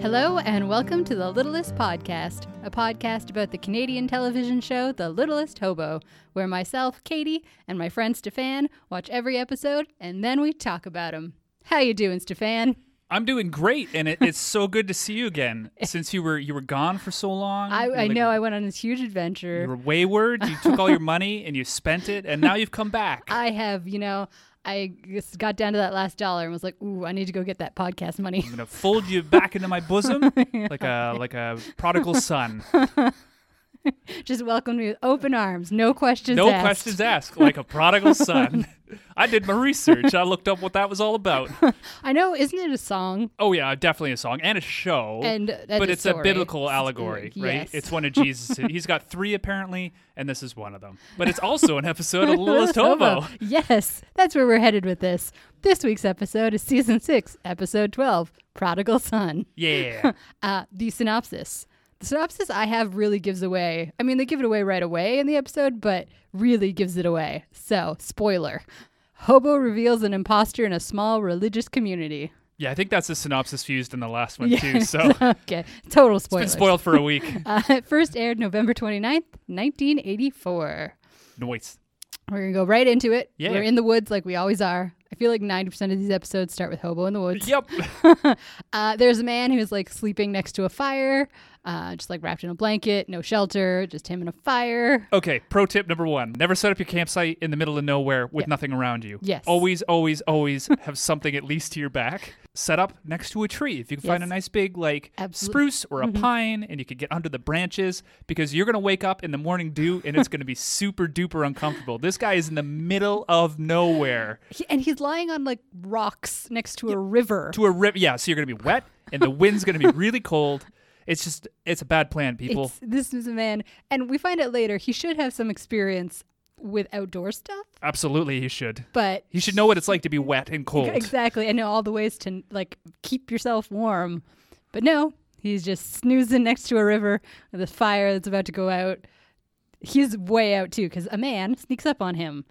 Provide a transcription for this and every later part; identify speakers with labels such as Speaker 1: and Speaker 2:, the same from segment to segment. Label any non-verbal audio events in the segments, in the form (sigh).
Speaker 1: Hello, and welcome to The Littlest Podcast, a podcast about the Canadian television show The Littlest Hobo, where myself, Katie, and my friend Stefan watch every episode and then we talk about them. How you doing, Stefan?
Speaker 2: I'm doing great, and it, it's so good to see
Speaker 1: (laughs)
Speaker 2: you again. Since you were you were gone for so long,
Speaker 1: I,
Speaker 2: you were,
Speaker 1: I
Speaker 2: like,
Speaker 1: know I went on this huge
Speaker 2: you
Speaker 1: adventure.
Speaker 2: were wayward. You took all your money and you spent it, and now you've come back.
Speaker 1: I have, you know, I just got down to that last dollar and was like, ooh, I need to go get that podcast money.
Speaker 2: I'm gonna fold you back into
Speaker 1: (laughs)
Speaker 2: my bosom like a like a prodigal son.
Speaker 1: (laughs) just welcomed me with open arms, no questions
Speaker 2: No
Speaker 1: asked.
Speaker 2: questions asked, like a prodigal son. I did my research. I looked up what that was
Speaker 1: (laughs)
Speaker 2: all about.
Speaker 1: I know, isn't it a song?
Speaker 2: Oh yeah, definitely a song and a show.
Speaker 1: And uh, and
Speaker 2: Oh, but it's
Speaker 1: story.
Speaker 2: a biblical
Speaker 1: It's-
Speaker 2: allegory,
Speaker 1: yes.
Speaker 2: right? It's one
Speaker 1: (laughs)
Speaker 2: of Jesus. He's got three apparently, and this is one of them. But it's also an
Speaker 1: (laughs)
Speaker 2: episode of Littlest Hobo.
Speaker 1: Yes, that's where we're headed with this. This week's episode is season six, episode 12 Prodigal Son. (laughs)
Speaker 2: Yeah.
Speaker 1: Uh, the synopsis. The synopsis I have really gives away. I mean, they give it away right away in the episode, but really gives it away. So, spoiler Hobo reveals an imposter in a small religious community. (laughs)
Speaker 2: Yeah, I think that's the synopsis used in the last one too.
Speaker 1: Yes.
Speaker 2: So it's
Speaker 1: okay, total
Speaker 2: been
Speaker 1: spoiler.
Speaker 2: spoiled for a
Speaker 1: (laughs)
Speaker 2: week.
Speaker 1: Uh, it first aired November 29th, 1984.
Speaker 2: Noise.
Speaker 1: We're going to go right into it.
Speaker 2: Yeah.
Speaker 1: We're in the woods like we always are. I feel like 90% of these episodes start with Hobo in the Woods.
Speaker 2: Yep.
Speaker 1: Uh, there's a man who's like sleeping next to a fire, uh, just like wrapped in a blanket, no shelter, just him and a fire.
Speaker 2: Okay. Pro tip number one: Never set up your campsite in the middle of nowhere with nothing around you.
Speaker 1: Yes.
Speaker 2: Always,
Speaker 1: (laughs)
Speaker 2: always, always have something at least to your back. Set up next to a tree if you can find
Speaker 1: Yes.
Speaker 2: a
Speaker 1: Mm-hmm.
Speaker 2: nice big like
Speaker 1: Absol-
Speaker 2: spruce or a pine, and you can get under the branches because you're gonna wake up in the morning dew and it's
Speaker 1: (laughs)
Speaker 2: gonna be super duper uncomfortable. This guy is in the middle of nowhere.
Speaker 1: He, and he's lying on like rocks next to a river.
Speaker 2: to a river. Yeah, so you're gonna be wet, and the wind's gonna be really cold. It's just it's a bad plan, people.
Speaker 1: It's, this is a man, and we find out later he should have some experience with outdoor stuff,
Speaker 2: Absolutely, he should.
Speaker 1: but
Speaker 2: He should know what it's like to be wet and cold.
Speaker 1: exactly, I know all the ways to like keep yourself warm, but no, he's just snoozing next to a river with a fire that's about to go out. He's way out too because a man sneaks up on him,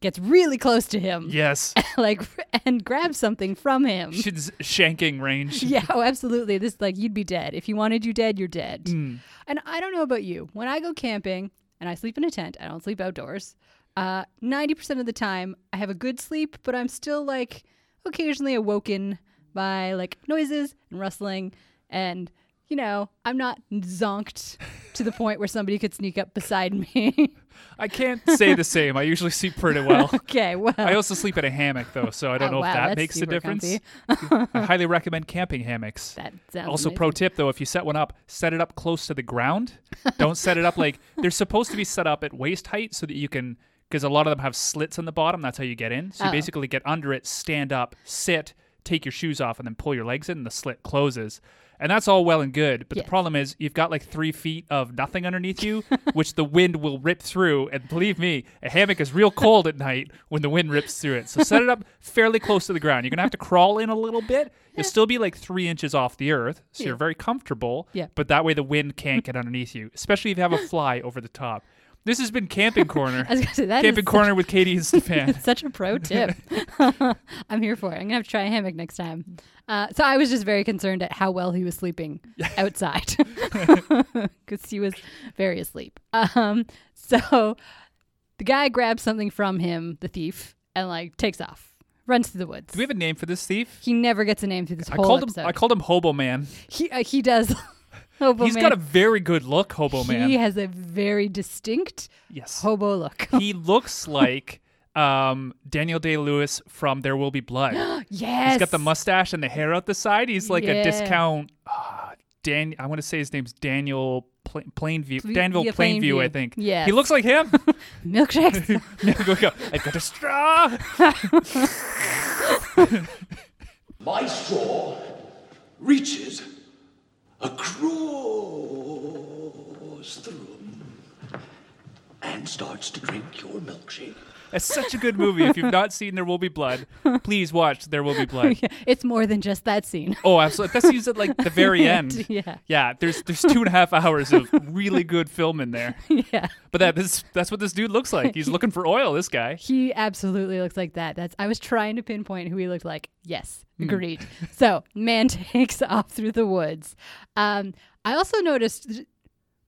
Speaker 1: gets really close to him.
Speaker 2: Yes,
Speaker 1: (coughs) like (laughs) and grab something from him. (laughs)
Speaker 2: should shanking range.
Speaker 1: yeah, oh, absolutely. This like you'd be dead if he wanted you dead. You're dead.
Speaker 2: Mm.
Speaker 1: And I don't know about you. When I go camping and I sleep in a tent, I don't sleep outdoors. uh, Ninety percent of the time, I have a good sleep, but I'm still like occasionally awoken by like noises and rustling, and you know I'm not zonked to the point where somebody could sneak up beside me. (laughs)
Speaker 2: I can't say the same. I usually sleep pretty well.
Speaker 1: okay, well,
Speaker 2: I also sleep in a hammock though, so I don't
Speaker 1: Oh,
Speaker 2: know
Speaker 1: wow,
Speaker 2: if that
Speaker 1: that's
Speaker 2: makes a
Speaker 1: super
Speaker 2: difference.
Speaker 1: comfy.
Speaker 2: I highly recommend camping hammocks.
Speaker 1: that sounds
Speaker 2: Also,
Speaker 1: amazing.
Speaker 2: pro tip though, if you set one up, set it up close to the ground. Don't set it up like they're supposed to be set up at waist height so that you can, because a lot of them have slits on the bottom. That's how you get in. So you
Speaker 1: Oh.
Speaker 2: basically get under it, stand up, sit, take your shoes off, and then pull your legs in, and the slit closes. And that's all well and good, but
Speaker 1: Yes.
Speaker 2: the problem is you've got like three feet of nothing underneath you,
Speaker 1: (laughs)
Speaker 2: which the wind will rip through. And believe me, a hammock is real cold at night when the wind rips through it. So set it up fairly close to the ground. You're gonna have to crawl in a little bit. You'll still be like three inches off the earth, so you're very comfortable.
Speaker 1: Yeah.
Speaker 2: But that way the wind can't get underneath you, especially if you have a fly over the top. This has been Camping Corner.
Speaker 1: I was gonna say (laughs) that is
Speaker 2: Camping
Speaker 1: such-
Speaker 2: Corner with
Speaker 1: (laughs)
Speaker 2: Katie and Stefan.
Speaker 1: It's such a pro
Speaker 2: (laughs)
Speaker 1: tip. (laughs) I'm here for it. I'm gonna have to try a hammock next time. Uh, so I was just very concerned at how well he was
Speaker 2: (laughs)
Speaker 1: sleeping outside because he was very asleep. Um, so the guy grabs something from him, the thief, and like takes off, runs through the woods.
Speaker 2: Do we have a name for this thief?
Speaker 1: he never gets a name through this
Speaker 2: I
Speaker 1: whole
Speaker 2: called
Speaker 1: episode.
Speaker 2: him I called him Hobo Man.
Speaker 1: he uh, he does. (laughs) Hobo
Speaker 2: He's
Speaker 1: man.
Speaker 2: got a very good look, Hobo Man.
Speaker 1: He has a very distinct (laughs)
Speaker 2: yes.
Speaker 1: hobo look.
Speaker 2: he looks like um, Daniel Day Lewis from There Will
Speaker 1: (gasps)
Speaker 2: Be Blood.
Speaker 1: yes,
Speaker 2: He's got the mustache and the hair out the side. He's like
Speaker 1: Yeah.
Speaker 2: a discount. Uh, Dan, I want to say his name's Daniel Pla- Plainview.
Speaker 1: Pl-
Speaker 2: Daniel
Speaker 1: yeah,
Speaker 2: Plainview, I
Speaker 1: Plainview.
Speaker 2: think.
Speaker 1: Yes.
Speaker 2: he looks
Speaker 1: (laughs)
Speaker 2: like him. (laughs)
Speaker 1: milkshakes. (laughs)
Speaker 2: Go, go. I got a straw.
Speaker 3: My straw reaches across the room and starts to drink your milkshake.
Speaker 2: It's such a good movie. If you've not seen There Will Be
Speaker 1: (laughs)
Speaker 2: Blood, please watch There Will Be Blood.
Speaker 1: Yeah, it's more than just that scene. (laughs)
Speaker 2: Oh, absolutely. That seems at like the very end.
Speaker 1: Yeah.
Speaker 2: Yeah. There's there's two and a half (laughs) hours of really good film in there.
Speaker 1: yeah.
Speaker 2: But that this that's what this dude looks like. He's looking for oil. This guy.
Speaker 1: He absolutely looks like that. That's I was trying to pinpoint who he looked like. Yes,
Speaker 2: Hmm.
Speaker 1: agreed. so man (laughs) takes off through the woods. Um, I also noticed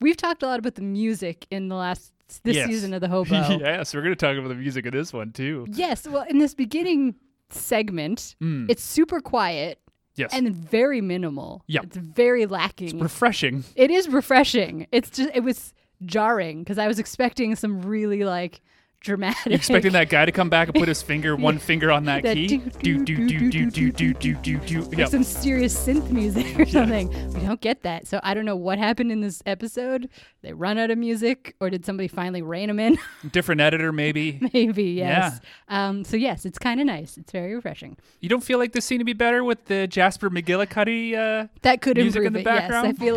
Speaker 1: we've talked a lot about the music in the last this
Speaker 2: Yes.
Speaker 1: season of
Speaker 2: (laughs)
Speaker 1: the Hobo.
Speaker 2: yes, we're gonna talk about the music of this one too.
Speaker 1: Yes, well, in this beginning segment,
Speaker 2: Hmm.
Speaker 1: it's super quiet
Speaker 2: Yes.
Speaker 1: and very minimal.
Speaker 2: Yep.
Speaker 1: it's very lacking. (laughs)
Speaker 2: (laughs) refreshing.
Speaker 1: It is refreshing. It's just it was jarring because I was expecting some really like dramatic.
Speaker 2: Expecting that guy to come back and put his
Speaker 1: (laughs)
Speaker 2: finger, one finger on that
Speaker 1: That
Speaker 2: key.
Speaker 1: do-
Speaker 2: Do do do do do do do do do.
Speaker 1: like
Speaker 2: Yeah.
Speaker 1: some serious synth music or something. We don't get that. So I don't know what happened in this episode. They run out of music, or did somebody finally rein them in? (laughs)
Speaker 2: Different editor, maybe.
Speaker 1: Maybe, yes. Um, so, yes, it's kind of nice. It's very refreshing.
Speaker 2: You don't feel like this scene to be better with the Jasper McGillicuddy uh,
Speaker 1: That could
Speaker 2: music in
Speaker 1: improve
Speaker 2: the
Speaker 1: it.
Speaker 2: background?
Speaker 1: Yes, I feel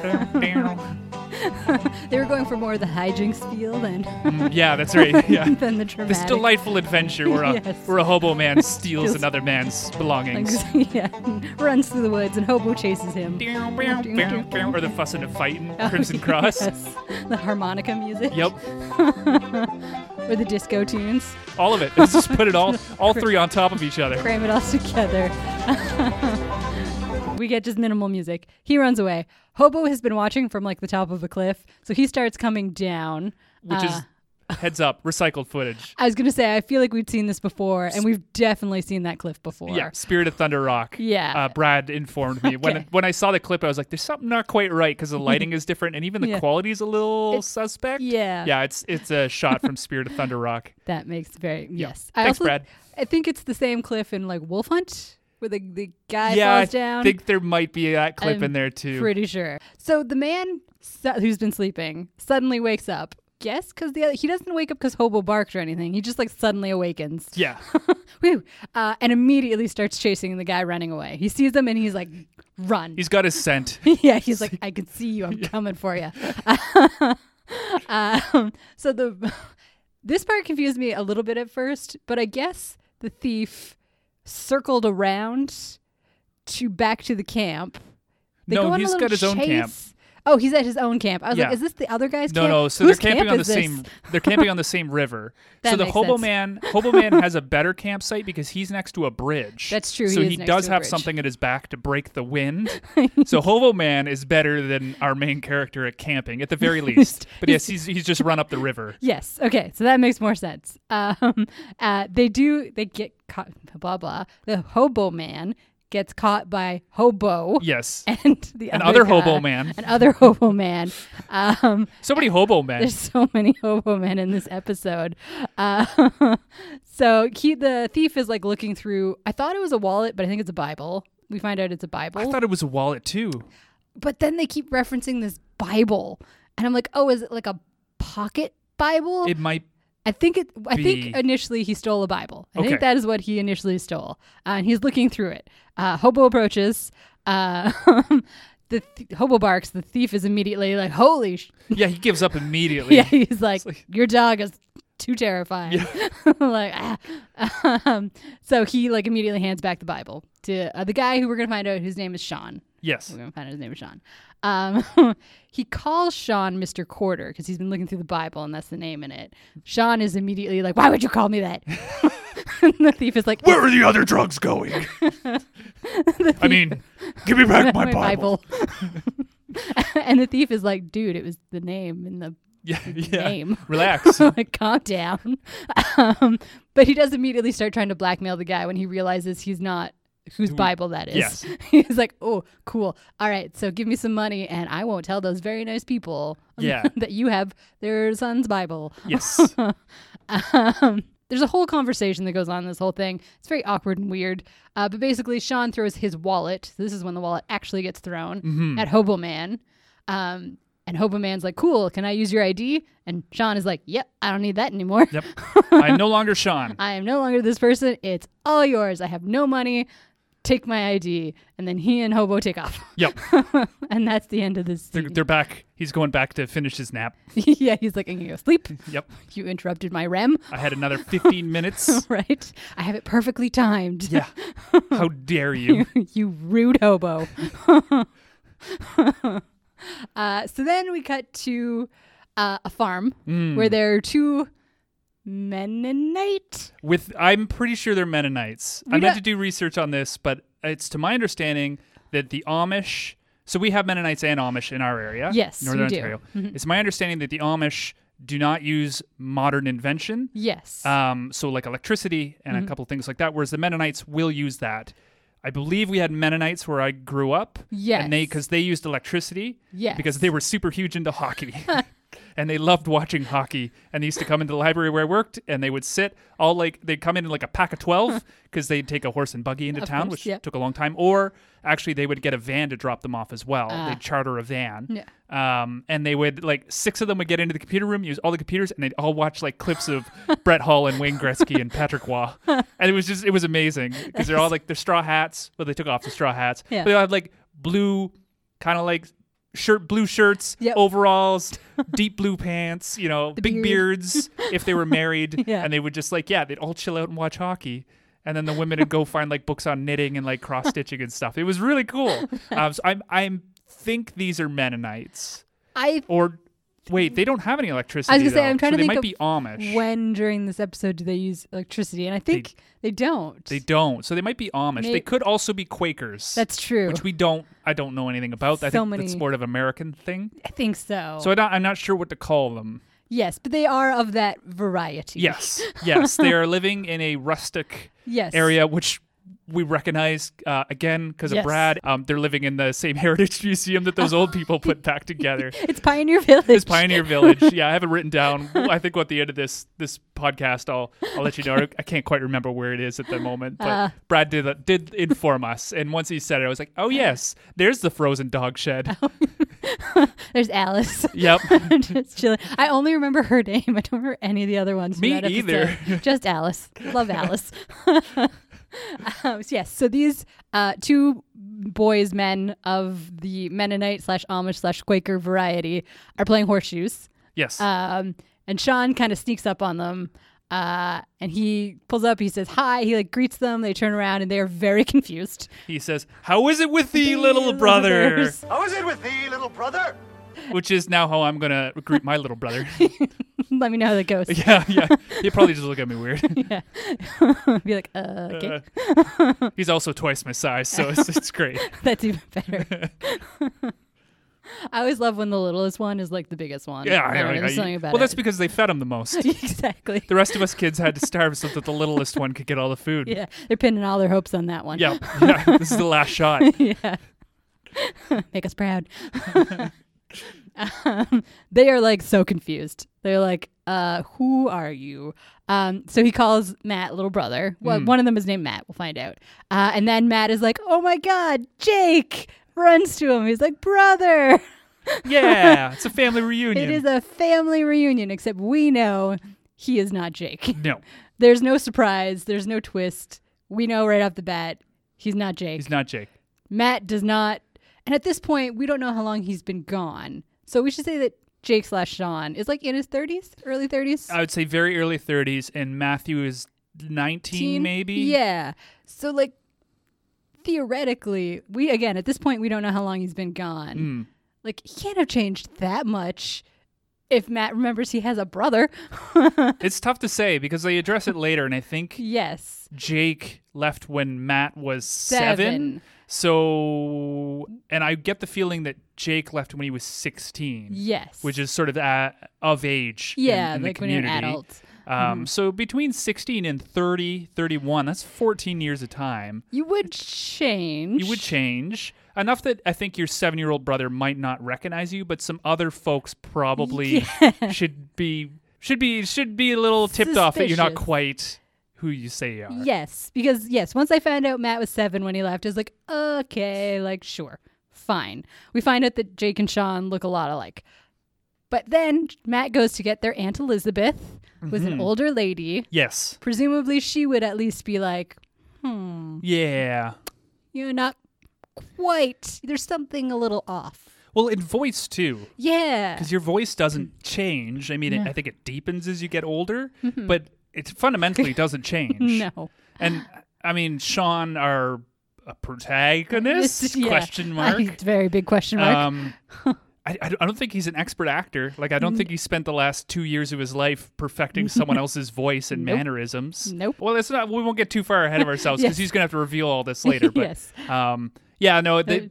Speaker 1: (laughs) like they were going for more of the hijinks feel
Speaker 2: (laughs)
Speaker 1: than,
Speaker 2: yeah, that's right. Yeah.
Speaker 1: (laughs) than the dramatic.
Speaker 2: This delightful adventure where a,
Speaker 1: (laughs) Yes.
Speaker 2: where a
Speaker 1: (laughs)
Speaker 2: hobo man steals
Speaker 1: Steals-
Speaker 2: another man's belongings.
Speaker 1: (laughs) yeah, runs through the woods and Hobo chases him.
Speaker 2: or the fussing and
Speaker 1: (laughs)
Speaker 2: fighting Crimson Cross.
Speaker 1: Yes. The harmonica music.
Speaker 2: Yep,
Speaker 1: Or the disco tunes.
Speaker 2: all of it. Let's just put
Speaker 1: (laughs)
Speaker 2: it all, all three on top of each other.
Speaker 1: cram it all (laughs) together. we get just minimal music. He runs away. Hobo has been watching from like the top of a cliff, so he starts coming down.
Speaker 2: Which
Speaker 1: Uh, (laughs)
Speaker 2: is heads up, recycled footage.
Speaker 1: I was gonna say I feel like we'd seen this before, and we've definitely seen that cliff before.
Speaker 2: Yeah, Spirit of Thunder Rock.
Speaker 1: (laughs) Yeah.
Speaker 2: uh, Brad informed me when
Speaker 1: Okay.
Speaker 2: when I saw the clip, I was like, "There's something not quite right because the lighting is different, and even
Speaker 1: (laughs)
Speaker 2: the
Speaker 1: Yeah.
Speaker 2: quality is a little suspect."
Speaker 1: yeah.
Speaker 2: yeah, it's it's a shot from Spirit of
Speaker 1: (laughs)
Speaker 2: Thunder Rock.
Speaker 1: that makes very yes. I
Speaker 2: Thanks,
Speaker 1: also,
Speaker 2: Brad.
Speaker 1: I think it's the same cliff in like Wolf Hunt where the the guy
Speaker 2: yeah, I
Speaker 1: falls down.
Speaker 2: think there might be that clip
Speaker 1: I'm
Speaker 2: in there too.
Speaker 1: Pretty sure. So the man su- who's been sleeping suddenly wakes up. Guess because the other, he doesn't wake up because Hobo barked or anything. He just like suddenly awakens.
Speaker 2: yeah,
Speaker 1: (laughs) Whew. Uh, and immediately starts chasing the guy running away. He sees him and he's like, run.
Speaker 2: he's got his scent.
Speaker 1: (laughs) yeah, he's
Speaker 2: (laughs)
Speaker 1: like, I can see you. I'm coming for you. (laughs) um, so the (laughs) this part confused me a little bit at first, but I guess the thief circled around to back to the camp. They
Speaker 2: No,
Speaker 1: go on a
Speaker 2: he's
Speaker 1: little
Speaker 2: got his own camp.
Speaker 1: chase. Oh, he's at his own camp. I was
Speaker 2: Yeah.
Speaker 1: like, is this the other guy's
Speaker 2: No,
Speaker 1: camp?
Speaker 2: no. So
Speaker 1: Whose
Speaker 2: they're camping
Speaker 1: camp
Speaker 2: on the
Speaker 1: is this?
Speaker 2: same. They're
Speaker 1: (laughs)
Speaker 2: camping on the same river.
Speaker 1: That
Speaker 2: so the
Speaker 1: makes
Speaker 2: hobo
Speaker 1: sense.
Speaker 2: man, hobo man
Speaker 1: (laughs)
Speaker 2: has a better campsite because he's next to a bridge.
Speaker 1: That's true, he
Speaker 2: So
Speaker 1: is
Speaker 2: he,
Speaker 1: next
Speaker 2: does
Speaker 1: to a
Speaker 2: have
Speaker 1: bridge.
Speaker 2: something at his back to break
Speaker 1: (laughs)
Speaker 2: the wind. so hobo man is better than our main character at camping, at
Speaker 1: (laughs)
Speaker 2: the very least. But yes, he's he's just run up the river.
Speaker 1: Yes. Okay. So that makes more sense. (laughs) Um, uh, they do. They get caught. Blah blah. The hobo man gets caught by hobo (laughs)
Speaker 2: Yes.
Speaker 1: and the
Speaker 2: An
Speaker 1: other
Speaker 2: other hobo
Speaker 1: guy-
Speaker 2: man.
Speaker 1: (laughs) An other hobo man. Um, (laughs)
Speaker 2: So many hobo men.
Speaker 1: there's so many hobo men in this episode. Uh, (laughs) so he, the thief, is like looking through. I thought it was a wallet, but I think it's a Bible. We find out it's a Bible
Speaker 2: I thought it was a wallet too.
Speaker 1: but then they keep referencing this Bible, and I'm like, oh, is it like a pocket Bible?
Speaker 2: It might.
Speaker 1: I think it. I
Speaker 2: be-
Speaker 1: think initially he stole a Bible. I
Speaker 2: Okay.
Speaker 1: think that is what he initially stole, uh, and he's looking through it. Uh, hobo approaches. Uh, (laughs) the th- hobo barks. The thief is immediately like, "Holy!" Sh-. (laughs)
Speaker 2: Yeah, he gives up immediately.
Speaker 1: Yeah, he's like,
Speaker 2: like-
Speaker 1: "Your dog is too terrifying." (laughs) like, ah. (laughs) um, so he like immediately hands back the Bible to uh, the guy who we're gonna find out whose name is Sean.
Speaker 2: Yes.
Speaker 1: We're gonna find out his name is Sean. Um, (laughs) he calls Sean Mr. Quarter because he's been looking through the Bible and that's the name in it. Sean is immediately like, "Why would you call me that?" (laughs) and the thief is like,
Speaker 3: Where are the other drugs (laughs) going?
Speaker 2: (laughs) I mean,
Speaker 3: Give me back my,
Speaker 1: "My
Speaker 3: Bible.
Speaker 1: Bible." (laughs) and the thief is like, "Dude, it was the name in the (laughs)
Speaker 2: yeah, yeah.
Speaker 1: Name.
Speaker 3: (laughs)
Speaker 2: Relax.
Speaker 1: like calm down." (laughs) um, but he does immediately start trying to blackmail the guy when he realizes he's not whose Bible that is.
Speaker 2: yes.
Speaker 1: (laughs) he's like, "Oh, cool. All right, so give me some money and I won't tell those very nice people."
Speaker 2: Yeah.
Speaker 1: (laughs) that you have their son's Bible.
Speaker 3: (laughs)
Speaker 2: Yes.
Speaker 1: Um, there's a whole conversation that goes on in this whole thing. It's very awkward and weird. Uh, but basically, Sean throws his wallet. This is when the wallet actually gets thrown
Speaker 2: Mm-hmm.
Speaker 1: at Hobo Man. Um, and Hobo Man's like, cool, can I use your ID? And Sean is like, yep, I don't need that anymore. (laughs)
Speaker 2: Yep. I'm no longer Sean.
Speaker 1: I am no longer this person. It's all yours. I have no money. take my ID, and then he and Hobo take off. (laughs)
Speaker 2: Yep.
Speaker 1: and that's the end of this.
Speaker 2: They're,
Speaker 1: scene.
Speaker 2: they're back. He's going back to finish his nap.
Speaker 1: (laughs) yeah, he's like, I'm going to go sleep.
Speaker 2: Yep.
Speaker 1: You interrupted my E REM,
Speaker 2: I had another 15
Speaker 3: (laughs)
Speaker 2: minutes.
Speaker 1: (laughs) right? I have it perfectly timed.
Speaker 2: Yeah. How dare you?
Speaker 1: (laughs) you rude hobo. (laughs) uh, so then we cut to uh, a farm
Speaker 2: Mm.
Speaker 1: where there are two Mennonite.
Speaker 2: With I'm pretty sure they're Mennonites. I
Speaker 1: don't-
Speaker 2: meant to do research on this, but it's to my understanding that the Amish. So we have Mennonites and Amish in our area.
Speaker 1: Yes,
Speaker 2: Northern
Speaker 1: we do. Mm-hmm.
Speaker 2: Ontario. It's my understanding that the Amish do not use modern invention.
Speaker 1: Yes. Mm-hmm.
Speaker 2: Um, so like electricity and a couple things like that. Whereas the Mennonites will use that. I believe we had Mennonites where I grew up. And they
Speaker 1: Yes.
Speaker 2: because they used electricity.
Speaker 1: Yes.
Speaker 2: Because they were super huge
Speaker 1: (laughs)
Speaker 2: into hockey. (laughs) And they loved watching hockey. And they used to come into the library where I worked, and they would sit all like they'd come in in like a pack
Speaker 1: (laughs)
Speaker 2: of twelve because they'd take a horse and buggy into
Speaker 1: Of
Speaker 2: town,
Speaker 1: course,
Speaker 2: which
Speaker 1: yeah.
Speaker 2: took a long time. Or actually, they would get a van to drop them off as well.
Speaker 1: Ah.
Speaker 2: they'd charter a van.
Speaker 1: Yeah.
Speaker 2: Um, and they would like six of them would get into the computer room, use all the computers, and they'd all watch like clips
Speaker 1: (laughs)
Speaker 2: of Brett Hall and Wayne Gretzky and Patrick Waugh. And it was just it was amazing because they're all like their straw hats, but they took off the straw hats.
Speaker 1: Yeah.
Speaker 2: But they all had like blue, kind of like shirt, blue shirts,
Speaker 1: Yep. (laughs)
Speaker 2: overalls, deep blue pants. You know, big
Speaker 1: beard.
Speaker 2: beards if they were married,
Speaker 1: (laughs) Yeah.
Speaker 2: and they would just like yeah, they'd all chill out and watch hockey. And then the women
Speaker 1: (laughs)
Speaker 2: would go find like books on knitting and like cross stitching and stuff. It was really cool.
Speaker 1: (laughs)
Speaker 2: Um, so I'm I'm think these are Mennonites
Speaker 1: I
Speaker 2: or wait, they don't have any electricity.
Speaker 1: I was gonna say,
Speaker 2: though,
Speaker 1: I'm trying to
Speaker 2: so they
Speaker 1: think
Speaker 2: might
Speaker 1: of
Speaker 2: be Amish.
Speaker 1: when during this episode do they use electricity? And I think they, don't.
Speaker 2: they don't, so they might be Amish.
Speaker 1: May-
Speaker 2: they could also be Quakers.
Speaker 1: That's true.
Speaker 2: Which we don't. I don't know anything about. I
Speaker 1: So
Speaker 2: think that's
Speaker 1: many-
Speaker 2: more of an American thing.
Speaker 1: I think so.
Speaker 2: So I don't, I'm not sure what to call
Speaker 1: (laughs)
Speaker 2: them.
Speaker 1: yes, but they are of that variety.
Speaker 2: Yes, yes, they are living in a rustic
Speaker 1: Yes.
Speaker 2: area, which we recognize uh, again because
Speaker 1: Yes.
Speaker 2: of Brad. Um, they're living in the same (laughs) heritage museum that those old people put back
Speaker 1: (laughs)
Speaker 2: together.
Speaker 1: It's Pioneer Village. It's
Speaker 2: Pioneer Village. Yeah, I have it written down. I think at the end of this this podcast, I'll I'll let you know. I can't quite remember where it is at the moment, but
Speaker 1: Uh.
Speaker 2: Brad did did inform us, and once he said it, I was like, oh yes, there's the frozen dog
Speaker 1: (laughs)
Speaker 2: shed. (laughs)
Speaker 1: There's Alice.
Speaker 2: yep.
Speaker 1: (laughs) just chilling. I only remember her name. I don't remember any of the other ones. from
Speaker 2: Me
Speaker 1: that episode.
Speaker 2: either.
Speaker 1: (laughs) Just Alice. Love
Speaker 2: (laughs)
Speaker 1: Alice. (laughs) um, so yes. So these uh, two boys, men of the Mennonite slash Amish slash Quaker variety, are playing horseshoes.
Speaker 2: Yes.
Speaker 1: Um, and Sean kind of sneaks up on them. Uh, and he pulls up. He says hi. He like greets them. They turn around and they are very (laughs) confused.
Speaker 2: he says, "How is it with thee, little brother?"
Speaker 1: Brothers.
Speaker 3: How is it with thee, little brother?
Speaker 2: Which is now how I'm gonna greet my
Speaker 1: (laughs)
Speaker 2: little brother.
Speaker 1: (laughs)
Speaker 2: (laughs)
Speaker 1: Let me know how that goes.
Speaker 2: yeah, yeah. He probably just look at me weird.
Speaker 1: Be like, uh, okay.
Speaker 2: Uh, he's also twice my size, so it's, it's great.
Speaker 1: (laughs) That's even better. (laughs) I always love when the littlest one is like the biggest one.
Speaker 2: Yeah,
Speaker 1: I
Speaker 2: I-
Speaker 1: don't know,
Speaker 2: I-
Speaker 1: there's
Speaker 2: I-
Speaker 1: something about
Speaker 2: well, that's
Speaker 1: it.
Speaker 2: because they fed him the
Speaker 1: (laughs)
Speaker 2: most.
Speaker 1: exactly.
Speaker 2: The rest of us kids had to starve so that the littlest one could get all the food.
Speaker 1: Yeah, they're pinning all their hopes on that one.
Speaker 2: Yeah, yeah, this is the last shot.
Speaker 1: (laughs) yeah. (laughs) Make us proud. (laughs) um, they are like so confused. They're like, uh, who are you? Um, so he calls Matt little brother. Well,
Speaker 2: Hmm.
Speaker 1: one of them is named Matt. We'll find out. Uh, and then Matt is like, oh my God, Jake runs to him. He's like, brother.
Speaker 2: Yeah, it's a family reunion.
Speaker 1: It is a family reunion, except we know he is not Jake. (laughs)
Speaker 2: no,
Speaker 1: There's no surprise. There's no twist. We know right off the bat he's not Jake.
Speaker 2: he's not Jake.
Speaker 1: Matt does not. And at this point, we don't know how long he's been gone. So we should say that Jake slash Sean is like in his 30s, early 30s.
Speaker 2: I would say very early 30s, and Matthew is 19,
Speaker 1: Teen?
Speaker 2: maybe.
Speaker 1: Yeah. So, like, theoretically, we, again, at this point, we don't know how long he's been gone.
Speaker 2: Hmm.
Speaker 1: Like, he can't have changed that much if Matt remembers he has a brother. (laughs)
Speaker 2: It's tough to say because they address it later, and I think
Speaker 1: yes.
Speaker 2: Jake left when Matt was
Speaker 1: Seven.
Speaker 2: So, and I get the feeling that Jake left when he was 16.
Speaker 1: Yes.
Speaker 2: Which is sort of uh, of age. in-
Speaker 1: yeah,
Speaker 2: in the
Speaker 1: like when you're Mm-hmm. an
Speaker 2: community.
Speaker 1: adult.
Speaker 2: Um, So between 16 and 30, 31, that's 14 years of time.
Speaker 1: You would change.
Speaker 2: You would change enough that I think your seven year old brother might not recognize you, but some other folks
Speaker 1: (laughs)
Speaker 2: probably should be should be should be a little tipped off that you're not
Speaker 1: Suspicious.
Speaker 2: quite who you say you are.
Speaker 1: Yes, because yes, once I found out Matt was seven when he left, I was like, okay, like sure, fine. We find out that Jake and Sean look a lot alike, but then Matt goes to get their aunt Elizabeth, was
Speaker 2: Mm-hmm.
Speaker 1: an older lady.
Speaker 2: Yes.
Speaker 1: Presumably, she would at least be like,
Speaker 2: Yeah.
Speaker 1: You're not quite. There's something a little off.
Speaker 2: Well, in voice too,
Speaker 1: Yeah.
Speaker 2: because your voice doesn't change. I mean, it, I think it deepens as you get older,
Speaker 1: Mm-hmm.
Speaker 2: but it fundamentally
Speaker 1: (laughs)
Speaker 2: doesn't change.
Speaker 1: No.
Speaker 2: And I mean, Sean, our uh, protagonist?
Speaker 1: (laughs) Yeah.
Speaker 2: Question mark.
Speaker 1: It's a (laughs) very big question mark. (laughs)
Speaker 2: Um, I, I don't- I don't think he's an expert actor. Like, I
Speaker 1: Mm.
Speaker 2: don't think he spent the last two years of his life
Speaker 1: (laughs)
Speaker 2: perfecting someone else's voice and mannerisms.
Speaker 1: Nope.
Speaker 2: Well, that's not. We won't get too far
Speaker 1: (laughs)
Speaker 2: ahead of ourselves because
Speaker 1: Yes.
Speaker 2: he's gonna have to reveal all
Speaker 1: (laughs)
Speaker 2: this later. But,
Speaker 1: Yes.
Speaker 2: Um. Yeah. No. They,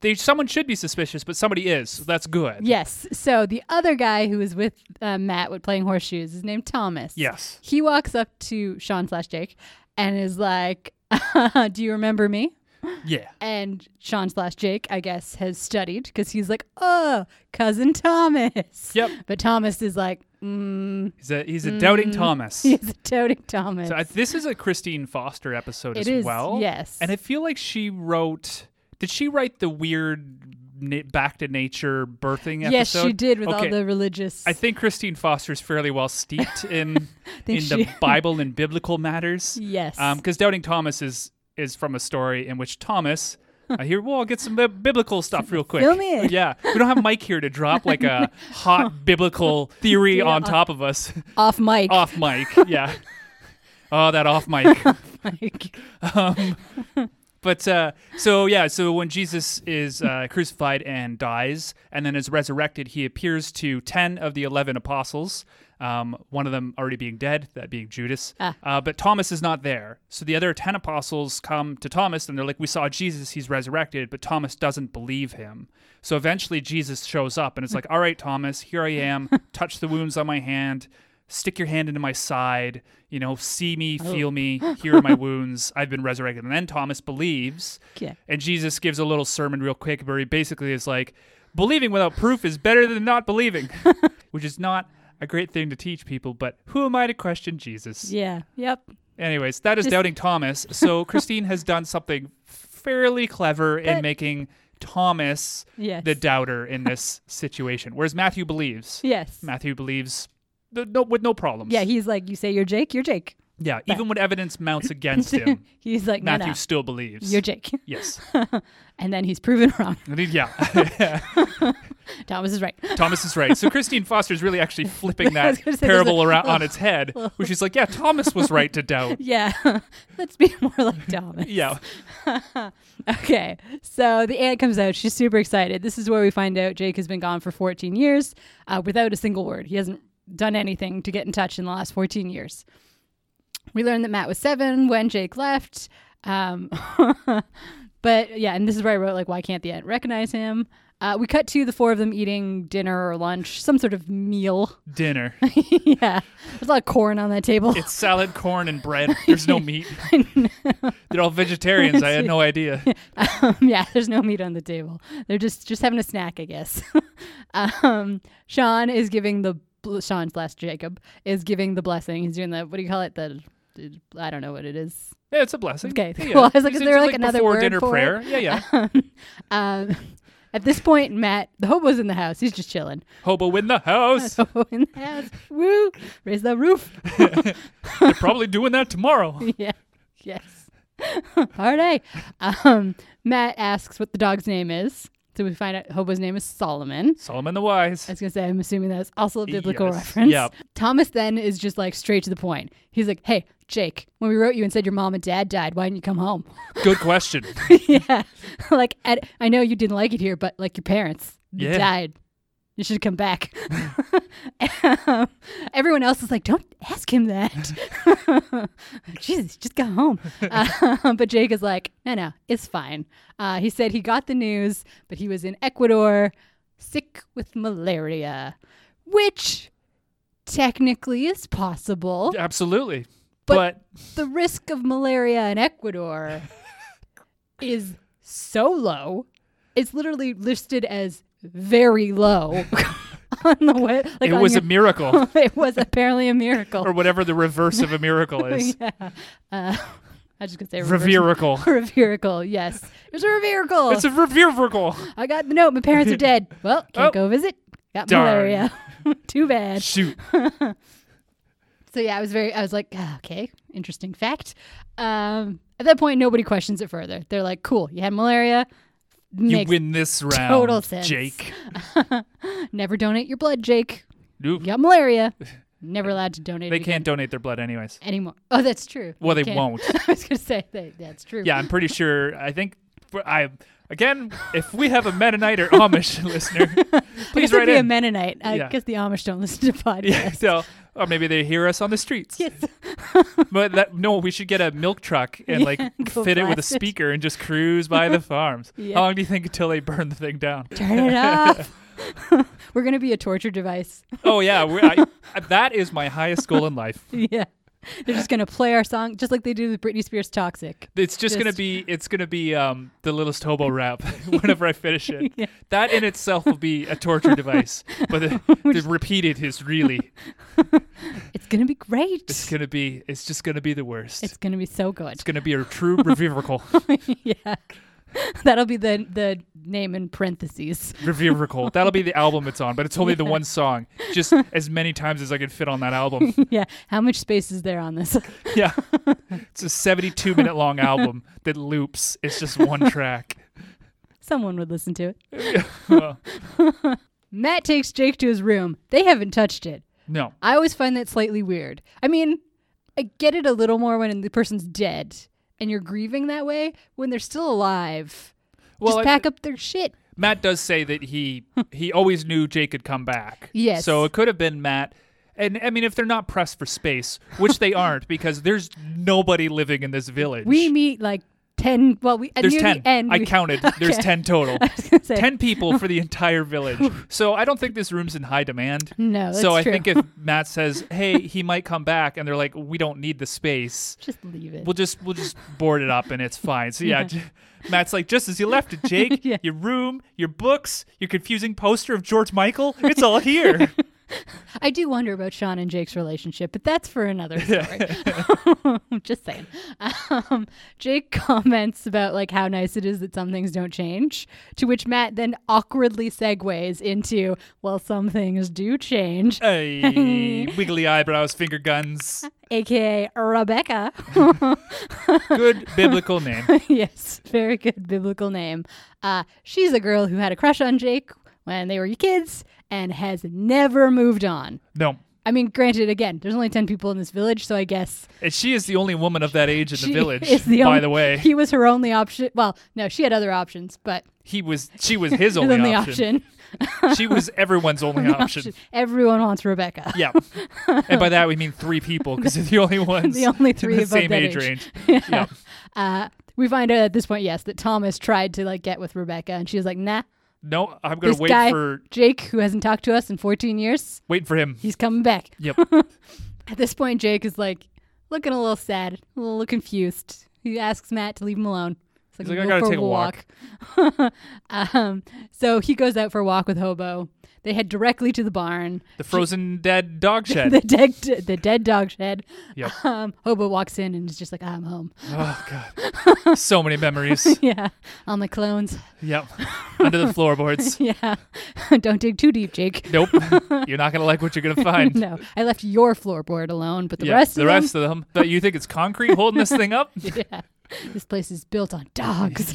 Speaker 2: they. Someone should be suspicious, but somebody is. So that's good.
Speaker 1: Yes. So the other guy who was with uh, Matt with playing horseshoes is named Thomas.
Speaker 2: Yes.
Speaker 1: He walks up to Sean slash Jake and is like, (laughs) "Do you remember me?"
Speaker 2: Yeah.
Speaker 1: And Sean slash Jake, I guess, has studied because he's like, "Oh, cousin Thomas."
Speaker 2: Yep.
Speaker 1: But Thomas is like, mm, (laughs)
Speaker 2: He's a he's a doubting Thomas.
Speaker 1: "He's a doting Thomas."
Speaker 2: So I, this is a Christine Foster episode
Speaker 1: It
Speaker 2: as
Speaker 1: is,
Speaker 2: well.
Speaker 1: yes.
Speaker 2: And I feel like she wrote. Did she write the weird na- back to nature birthing episode?
Speaker 1: yes, she did with
Speaker 2: Okay.
Speaker 1: all the religious.
Speaker 2: I think Christine Foster is fairly
Speaker 1: (laughs)
Speaker 2: well steeped in in
Speaker 1: think
Speaker 2: the
Speaker 1: she- (laughs)
Speaker 2: Bible and biblical matters.
Speaker 1: Yes.
Speaker 2: because Doubting Thomas is is from a story in which Thomas. I hear. Well, I'll get some bi- biblical stuff real quick.
Speaker 1: Fill me in.
Speaker 2: Yeah, we don't have Mike here to drop
Speaker 1: (laughs)
Speaker 2: like a hot biblical theory
Speaker 1: uh,
Speaker 2: on top of us
Speaker 1: off mic. (laughs)
Speaker 2: off mic. Yeah. Oh, that off mic.
Speaker 1: mic.
Speaker 2: But uh, so yeah, so when Jesus is uh, crucified and dies, and then is resurrected, he appears to ten of the eleven apostles. Um, one of them already being dead, that being Judas. Uh, but Thomas is not there. So the other ten apostles come to Thomas, and they're like, "We saw Jesus; he's resurrected." But Thomas doesn't believe him. So eventually, Jesus shows up, and it's like, "All right, Thomas, here I am. Touch the wounds on my hand." stick your hand into my side, you know, see me,
Speaker 1: Oh.
Speaker 2: feel me,
Speaker 1: (laughs)
Speaker 2: here are my wounds. I've been resurrected. And then Thomas believes.
Speaker 1: Yeah.
Speaker 2: And Jesus gives a little sermon real quick where he basically is like, believing without proof is better than
Speaker 1: (laughs)
Speaker 2: not believing, which is not a great thing to teach people, but who am I to question Jesus?
Speaker 1: Yeah. Yep.
Speaker 2: Anyways, that is Doubting Thomas.
Speaker 1: (laughs)
Speaker 2: So Christine has done something fairly clever in
Speaker 1: But-
Speaker 2: making Thomas
Speaker 1: Yes.
Speaker 2: the doubter in this situation, whereas
Speaker 1: (laughs)
Speaker 2: Matthew believes.
Speaker 1: yes.
Speaker 2: Matthew believes th- no, with no problems.
Speaker 1: Yeah, he's like, you say you're Jake, you're Jake.
Speaker 2: Yeah, even when
Speaker 1: (laughs)
Speaker 2: evidence mounts against him,
Speaker 1: he's like, no,
Speaker 2: Matthew
Speaker 1: no,
Speaker 2: still believes.
Speaker 1: you're Jake. (laughs)
Speaker 2: yes.
Speaker 1: And then he's proven (laughs) wrong.
Speaker 2: Yeah. (laughs)
Speaker 1: Thomas is right. (laughs)
Speaker 2: Thomas is right. So Christine Foster is really actually
Speaker 1: I
Speaker 2: flipping
Speaker 1: was
Speaker 2: that
Speaker 1: gonna say, there's
Speaker 2: parable
Speaker 1: a-
Speaker 2: around
Speaker 1: (laughs)
Speaker 2: on its head, where she's like, yeah, Thomas was right to doubt.
Speaker 1: Yeah, (laughs) let's be more like Thomas.
Speaker 2: Yeah.
Speaker 1: Okay, so the aunt comes out. She's super excited. This is where we find out Jake has been gone for 14 years uh, without a single word. He hasn't done anything to get in touch in the last 14 years. We learned that Matt was seven when Jake left. Um, (laughs) but yeah, and this is where I wrote, like, why can't the aunt recognize him? Uh, we cut to the four of them eating dinner or lunch, some sort of meal. (laughs)
Speaker 2: Dinner.
Speaker 1: yeah, there's a lot of corn on that table.
Speaker 2: It's salad, corn, and bread. There's
Speaker 1: (laughs)
Speaker 2: no meat. They're all vegetarians. I had no idea.
Speaker 1: Um, (laughs) yeah, there's no meat on the table. They're just just having a snack, I guess. (laughs) um, Sean is giving the bl- Sean slash Jacob is giving the blessing. He's doing the what do you call it? The I don't know what it is. (laughs)
Speaker 2: Yeah, it's a blessing.
Speaker 1: Okay,
Speaker 2: Yeah,
Speaker 1: cool. I was like,
Speaker 2: It's-
Speaker 1: is there,
Speaker 2: it's
Speaker 1: like, another
Speaker 2: before
Speaker 1: word
Speaker 2: dinner
Speaker 1: for it?
Speaker 2: prayer? Yeah,
Speaker 1: (laughs)
Speaker 2: yeah.
Speaker 1: Um, (laughs) at this point, Matt, the hobo's in the house. He's just chilling. (laughs)
Speaker 2: Hobo in the house.
Speaker 1: Hobo in the house. Woo! Raise the roof. (laughs)
Speaker 2: They're probably doing that tomorrow.
Speaker 1: yeah. Yes. (laughs) All right. Um, Matt asks what the dog's name is. So we find out Hobo's name is Solomon.
Speaker 2: Solomon the Wise.
Speaker 1: I was gonna say, I'm assuming that's also a biblical
Speaker 2: Yes.
Speaker 1: reference.
Speaker 2: Yep.
Speaker 1: Thomas then is just like straight to the point. He's like, "Hey, Jake, when we wrote you and said your mom and dad died, why didn't you come home?" (laughs)
Speaker 2: Good question.
Speaker 1: yeah, like at, I know you didn't like it here, but like your parents they
Speaker 2: Yeah.
Speaker 1: died, you should come back. (laughs) Um, everyone else is like, "Don't ask him that." (laughs) Jesus, just go home. Uh, (laughs) but Jake is like, "No, no, it's fine." Uh, he said he got the news, but he was in Ecuador, sick with malaria, which technically is possible
Speaker 2: Absolutely.
Speaker 1: But-
Speaker 2: But,
Speaker 1: the risk of malaria in Ecuador is so low. It's literally listed as very low (laughs) on the web. Like
Speaker 2: it
Speaker 1: on
Speaker 2: was
Speaker 1: your- (laughs)
Speaker 2: a miracle.
Speaker 1: it was apparently a miracle.
Speaker 2: (laughs) or whatever the reverse of
Speaker 1: (laughs)
Speaker 2: a miracle is.
Speaker 1: yeah. Uh, I just could say reverse-
Speaker 2: Reverical.
Speaker 1: (laughs) Reverical, yes. It was a reverical.
Speaker 2: It's a reverical.
Speaker 1: I got the note. My parents are
Speaker 2: (laughs)
Speaker 1: dead. Well, can't
Speaker 2: Oh.
Speaker 1: (laughs) go visit. Got
Speaker 2: Darn.
Speaker 1: malaria. Too bad.
Speaker 2: Shoot.
Speaker 1: So yeah, I was very I was like, "Ah, okay, interesting fact. Um, at that point, nobody questions it further. They're like, cool, you had malaria.
Speaker 2: You
Speaker 1: Makes,
Speaker 2: win this round,
Speaker 1: total sense.
Speaker 2: Jake.
Speaker 1: never donate your blood, Jake.
Speaker 2: Nope.
Speaker 1: You got malaria. Never allowed to donate.
Speaker 2: They
Speaker 1: it
Speaker 2: can't donate their blood anyways.
Speaker 1: anymore. Oh, that's true.
Speaker 2: Well, they
Speaker 1: can't.
Speaker 2: won't.
Speaker 1: (laughs) I was gonna say they, that's true.
Speaker 2: Yeah, I'm pretty sure. I think I again, if we have a Mennonite or Amish (laughs) listener,
Speaker 1: I guess
Speaker 2: please
Speaker 1: it'd
Speaker 2: write
Speaker 1: be a
Speaker 2: in.
Speaker 1: Mennonite. I
Speaker 2: Yeah.
Speaker 1: guess the Amish don't listen to
Speaker 2: (laughs)
Speaker 1: podcasts.
Speaker 2: yeah, so or oh, maybe they hear us on the streets.
Speaker 1: Yes.
Speaker 2: But that no, we should get a milk truck and like
Speaker 1: (laughs) go
Speaker 2: fit it with a
Speaker 1: blast it.
Speaker 2: speaker and just cruise
Speaker 1: (laughs)
Speaker 2: by the farms.
Speaker 1: Yeah.
Speaker 2: How long do you think until they burn the thing down?
Speaker 1: Turn it
Speaker 2: (laughs)
Speaker 1: off. (laughs) We're gonna be a torture device. (laughs)
Speaker 2: Oh yeah, we I, that is my highest goal in life.
Speaker 1: yeah. They're just gonna play our song just like they do with Britney Spears Toxic.
Speaker 2: It's just, gonna
Speaker 1: Just-
Speaker 2: be it's gonna be um the
Speaker 1: (laughs)
Speaker 2: littlest hobo rap (laughs) whenever I finish it.
Speaker 1: Yeah.
Speaker 2: That in itself will be a torture device,
Speaker 1: (laughs)
Speaker 2: but the, the repeated is really
Speaker 1: It's gonna be great.
Speaker 2: it's gonna be it's just gonna be the worst.
Speaker 1: It's
Speaker 2: It's,
Speaker 1: gonna be so good.
Speaker 2: gonna be a
Speaker 1: (laughs)
Speaker 2: true reverical
Speaker 1: yeah. That'll be the the name in parentheses. (laughs)
Speaker 2: reverical. That'll be the album it's on, but it's only the one song,
Speaker 1: (laughs)
Speaker 2: just as many times as I can fit on that album.
Speaker 1: yeah. How much space is there on this? (laughs)
Speaker 2: Yeah, it's a seventy-two minute long album that loops. It's just one track.
Speaker 1: Someone would listen to it. (laughs)
Speaker 2: Well,
Speaker 1: Matt takes Jake to his room. They haven't touched it.
Speaker 2: no,
Speaker 1: I always find that slightly weird. I mean, I get it a little more when the person's dead and you're grieving that way. When they're still alive,
Speaker 2: Well, I-
Speaker 1: just pack up their shit.
Speaker 2: Matt does say
Speaker 1: (laughs)
Speaker 2: that he he always knew Jake could come back.
Speaker 1: Yes.
Speaker 2: So it could have been Matt. And I mean, if they're not pressed for space, which they
Speaker 1: (laughs)
Speaker 2: aren't, because there's nobody living in this village.
Speaker 1: We meet like ten. Well, we at
Speaker 2: there's
Speaker 1: near
Speaker 2: ten.
Speaker 1: the end.
Speaker 2: I
Speaker 1: we-
Speaker 2: counted. There's
Speaker 1: Okay.
Speaker 2: ten total.
Speaker 1: (laughs) I was gonna say,
Speaker 2: ten people for the entire village. So I don't think this room's in high demand.
Speaker 1: (laughs) No, that's
Speaker 2: so I
Speaker 1: true. (laughs)
Speaker 2: think if Matt says, "Hey, he might come back," and they're like, "We don't need the space,"
Speaker 1: just leave it.
Speaker 2: we'll just we'll just board it up and it's fine. So yeah, J- Matt's like, just as you left it,
Speaker 1: (laughs)
Speaker 2: Jake,
Speaker 1: Yeah.
Speaker 2: your room, your books, your confusing poster of George Michael, it's all
Speaker 1: (laughs)
Speaker 2: here.
Speaker 1: I do wonder about Sean and Jake's relationship, but that's for another story. (laughs) Just saying. Um, Jake comments about like how nice it is that some things don't change, to which Matt then awkwardly segues into, "Well, some things do
Speaker 2: (laughs)
Speaker 1: change,"
Speaker 2: hey, wiggly eyebrows, finger guns.
Speaker 1: aka Rebecca. (laughs)
Speaker 2: Good biblical name.
Speaker 1: yes, very good biblical name. Uh, she's a girl who had a crush on Jake when they were kids and has never moved on.
Speaker 2: No.
Speaker 1: I mean, granted, again, there's only ten people in this village, so I guess
Speaker 2: And she is the only woman of that age in the
Speaker 1: She
Speaker 2: village,
Speaker 1: is
Speaker 2: by
Speaker 1: only-
Speaker 2: the
Speaker 1: (laughs)
Speaker 2: way. He,
Speaker 1: He was her only option. Well, no, she had other options, but
Speaker 2: was she was his
Speaker 1: his
Speaker 2: only,
Speaker 1: only
Speaker 2: option.
Speaker 1: option.
Speaker 2: she was everyone's only
Speaker 1: (laughs)
Speaker 2: (laughs) option.
Speaker 1: Everyone wants Rebecca.
Speaker 2: Yeah. And by that we mean three people because they're the only
Speaker 1: (laughs)
Speaker 2: ones
Speaker 1: The only
Speaker 2: in
Speaker 1: three
Speaker 2: the
Speaker 1: above
Speaker 2: same
Speaker 1: that
Speaker 2: age,
Speaker 1: age. (laughs)
Speaker 2: range. yeah.
Speaker 1: Uh, we find out at this point, yes, that Thomas tried to like get with Rebecca, and she was like, "Nah."
Speaker 2: No, I'm gonna
Speaker 1: This
Speaker 2: wait
Speaker 1: guy,
Speaker 2: for
Speaker 1: Jake, who hasn't talked to us in 14 years,
Speaker 2: wait for him.
Speaker 1: he's coming back.
Speaker 2: Yep.
Speaker 1: (laughs) At this point, Jake is like looking a little sad, a little confused. He asks Matt to leave him alone.
Speaker 2: He's like,
Speaker 1: "Go
Speaker 2: "I gotta
Speaker 1: for
Speaker 2: take a walk."
Speaker 1: walk." (laughs) um, so he goes out for a walk with Hobo. They head directly to the barn.
Speaker 2: The frozen dead
Speaker 1: (laughs)
Speaker 2: dog shed.
Speaker 1: the dead the dead dog shed.
Speaker 2: Yep.
Speaker 1: (laughs) Um, Hobo walks in and is just like, "I'm home." (laughs)
Speaker 2: Oh god. so many memories.
Speaker 1: yeah, on the clones. (laughs)
Speaker 2: Yep. Under the floorboards.
Speaker 1: Yeah, (laughs) don't dig too deep, Jake. (laughs)
Speaker 2: Nope. You're not gonna like what you're gonna find.
Speaker 1: No, I left your floorboard alone, but the
Speaker 2: Yeah,
Speaker 1: rest
Speaker 2: the
Speaker 1: of
Speaker 2: rest of them. But you think it's concrete holding this
Speaker 1: (laughs)
Speaker 2: thing up? (laughs)
Speaker 1: them, (laughs) yeah, this place is built on dogs.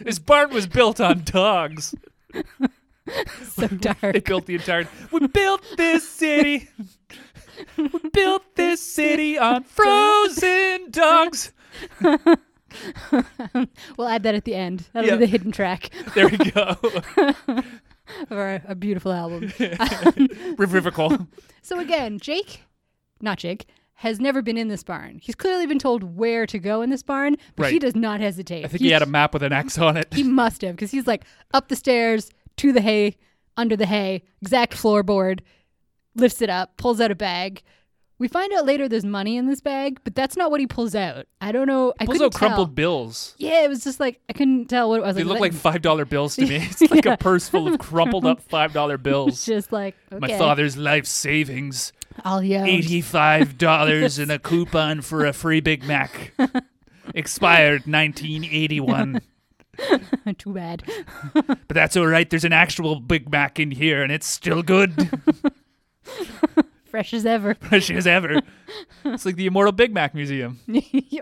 Speaker 2: This barn was built on dogs.
Speaker 1: so
Speaker 2: They (laughs)
Speaker 1: dark.
Speaker 2: built the entire. We built this city. we built this city on frozen dogs.
Speaker 1: (laughs) We'll add that at the end. That'll
Speaker 2: Yeah.
Speaker 1: be the hidden track (laughs)
Speaker 2: There we go. (laughs)
Speaker 1: of our, our beautiful album.
Speaker 2: Rivivical.
Speaker 1: So again, Jake, not Jake, has never been in this barn. He's clearly been told where to go in this barn, but he
Speaker 2: Right.
Speaker 1: does not hesitate.
Speaker 2: I think he had a map with an X on it.
Speaker 1: He must have, because he's like up the stairs, to the hay, under the hay, exact floorboard, lifts it up, pulls out a bag. We find out later there's money in this bag, but that's not what he pulls out. I don't know. I
Speaker 2: Pulls
Speaker 1: couldn't
Speaker 2: out crumpled
Speaker 1: tell.
Speaker 2: bills.
Speaker 1: Yeah, it was just like I couldn't tell what it was.
Speaker 2: They
Speaker 1: like,
Speaker 2: look
Speaker 1: what-
Speaker 2: like five dollar
Speaker 1: (laughs)
Speaker 2: bills to me. It's like
Speaker 1: Yeah.
Speaker 2: a purse full of
Speaker 1: (laughs)
Speaker 2: crumpled up five dollar
Speaker 1: it's
Speaker 2: bills.
Speaker 1: just like okay,
Speaker 2: My father's life savings.
Speaker 1: All he owned. (laughs)
Speaker 2: Eighty-five dollars and a coupon for a free Big Mac.
Speaker 1: (laughs)
Speaker 2: Expired 1981.
Speaker 1: Too bad.
Speaker 2: But that's all right. There's an actual Big Mac in here, and it's still good.
Speaker 1: fresh as ever. (laughs)
Speaker 2: fresh (laughs) as ever. it's like the Immortal Big Mac Museum.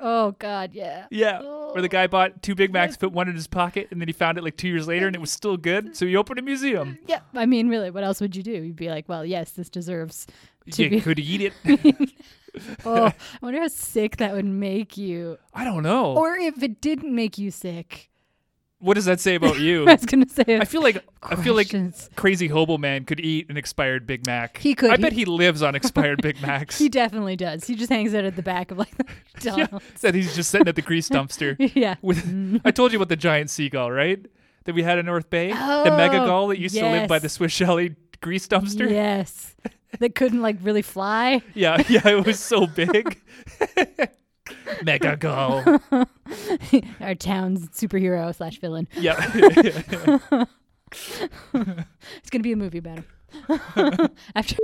Speaker 1: oh God, yeah.
Speaker 2: Yeah. Where
Speaker 1: Oh.
Speaker 2: the guy bought two Big Macs, put one in his pocket, and then he found it like two years later and it was still good. So he opened a museum.
Speaker 1: Yeah, I mean, really, what else would you do? You'd be like, well, yes, this
Speaker 2: (laughs)
Speaker 1: deserves to
Speaker 2: You
Speaker 1: be.
Speaker 2: could eat it.
Speaker 1: (laughs) Oh, I wonder how sick that would make you,
Speaker 2: I don't know.
Speaker 1: or if it didn't make you sick. (laughs)
Speaker 2: what does that say about you?
Speaker 1: I was gonna say,
Speaker 2: I feel like I feel like
Speaker 1: Questions.
Speaker 2: crazy hobo man could eat an expired Big Mac.
Speaker 1: He could.
Speaker 2: I
Speaker 1: He-
Speaker 2: bet he lives on expired Big
Speaker 1: (laughs)
Speaker 2: Macs.
Speaker 1: he definitely does. He just hangs out at the back of like the
Speaker 2: (laughs) yeah,
Speaker 1: McDonald's.
Speaker 2: that he's just sitting at
Speaker 1: (laughs)
Speaker 2: the grease dumpster.
Speaker 1: Yeah. (laughs)
Speaker 2: With I told you about the giant seagull, right? That we had in North Bay, the mega
Speaker 1: Oh,
Speaker 2: gull that used to live by
Speaker 1: yes.
Speaker 2: the Swiss Chalet grease dumpster.
Speaker 1: Yes, that couldn't like really fly. (laughs)
Speaker 2: Yeah, (laughs) yeah, it was so big.
Speaker 1: (laughs)
Speaker 2: Mega gull.
Speaker 1: Our town's superhero slash villain.
Speaker 2: Yeah. (laughs)
Speaker 1: It's gonna be a movie about him. (laughs)
Speaker 2: (laughs)
Speaker 1: After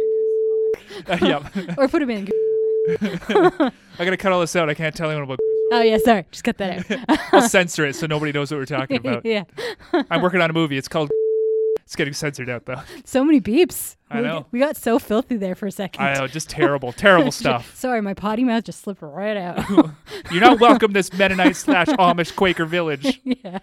Speaker 2: yeah. (laughs)
Speaker 1: or put him in. (laughs)
Speaker 2: I gotta cut all this out. I can't tell
Speaker 1: (laughs)
Speaker 2: anyone about
Speaker 1: Oh yeah, sorry, just cut that out.
Speaker 2: I'll censor it so nobody knows what we're talking
Speaker 1: (laughs)
Speaker 2: about.
Speaker 1: yeah,
Speaker 2: I'm working on a movie. It's called (laughs) It's getting censored out though.
Speaker 1: so many beeps.
Speaker 2: I
Speaker 1: we,
Speaker 2: know.
Speaker 1: we got so filthy there for a second. (laughs)
Speaker 2: (laughs) I know, just terrible, terrible stuff.
Speaker 1: Sorry, my potty mouth just slipped right out. (laughs)
Speaker 2: You're not welcome this Mennonite slash Amish Quaker village.
Speaker 1: yeah.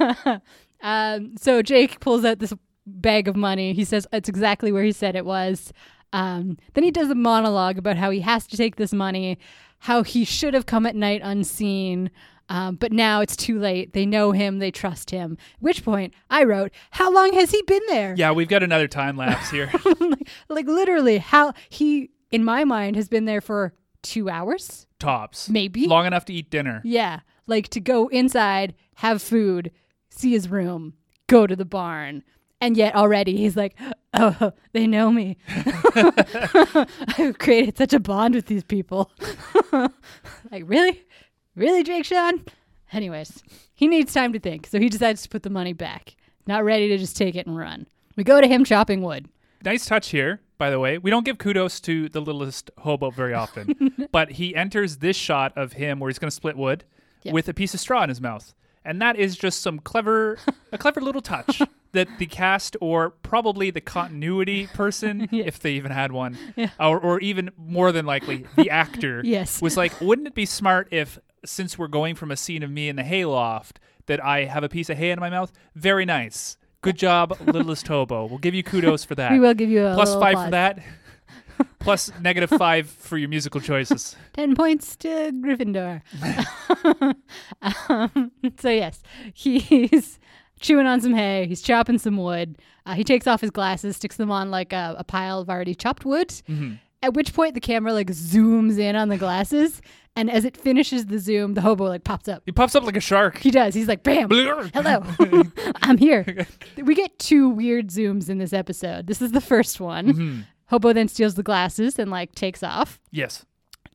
Speaker 1: (laughs) um, so Jake pulls out this bag of money. He says it's exactly where he said it was. Um, then he does a monologue about how he has to take this money, how he should have come at night unseen. Um, but now it's too late. They know him. They trust him. Which point I wrote, "How long has he been there?"
Speaker 2: Yeah, we've got another time lapse (laughs) here.
Speaker 1: (laughs) like, like literally, how he in my mind has been there for two hours,
Speaker 2: Tops.
Speaker 1: maybe.
Speaker 2: Long enough to eat dinner.
Speaker 1: Yeah, like to go inside, have food, see his room, go to the barn. And yet already he's like, oh, (laughs) they know
Speaker 2: (laughs)
Speaker 1: me. I've created such a bond with these people. (laughs) like, really? Really, Drake Sean? Anyways, he needs time to think, so he decides to put the money back. Not ready to just take it and run. We go to him chopping wood.
Speaker 2: Nice touch here, by the way. We don't give kudos to the littlest
Speaker 1: (laughs)
Speaker 2: hobo very often, but he enters this shot of him where he's going to split wood
Speaker 1: Yeah.
Speaker 2: with a piece of straw in his mouth. And that is just some clever, a clever
Speaker 1: (laughs)
Speaker 2: little touch that the cast or probably the continuity
Speaker 1: (laughs)
Speaker 2: person, if they even had one, or, or even more than likely the actor,
Speaker 1: (laughs) Yes.
Speaker 2: was like, wouldn't it be smart if, since we're going from a scene of me in the hayloft, that I have a piece of hay in my mouth? Very nice. Good job, littlest hobo. We'll give you kudos for
Speaker 1: (laughs)
Speaker 2: that.
Speaker 1: We will give you a
Speaker 2: Plus
Speaker 1: little
Speaker 2: five
Speaker 1: applause.
Speaker 2: for that.
Speaker 1: (laughs)
Speaker 2: Plus negative five for your musical choices.
Speaker 1: 10 points to Gryffindor. um, so, yes, he's (laughs) chewing on some hay. He's chopping some wood. Uh, he takes off his glasses, sticks them on like a, a pile of already chopped wood. At which point, the camera like zooms in on the glasses. And as it finishes the zoom, the hobo like pops up.
Speaker 2: He pops up like a shark.
Speaker 1: He does. He's like, bam. Hello, (laughs) I'm here. We get two weird zooms in this episode. This is the first one. Hobo then steals the glasses and like takes off.
Speaker 2: yes.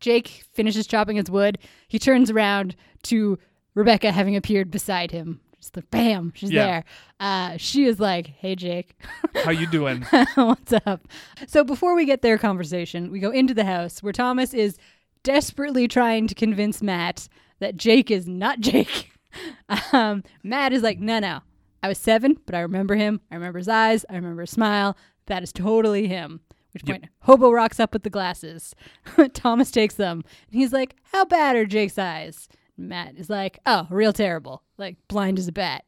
Speaker 1: Jake finishes chopping his wood. He turns around to Rebecca having appeared beside him. Just like, bam, she's
Speaker 2: Yeah.
Speaker 1: there. Uh, she is like, hey, Jake, (laughs)
Speaker 2: How you doing?
Speaker 1: what's up? So before we get their conversation, we go into the house where Thomas is desperately trying to convince Matt that Jake is not (laughs) Jake. Um, Matt is like, no, no. I was seven, but I remember him. I remember his eyes. I remember his smile. That is totally him. Which point, Hobo rocks up with the glasses. (laughs) Thomas takes them. And he's like, how bad are Jake's eyes? Matt is like, oh, real terrible. Like, blind as a bat.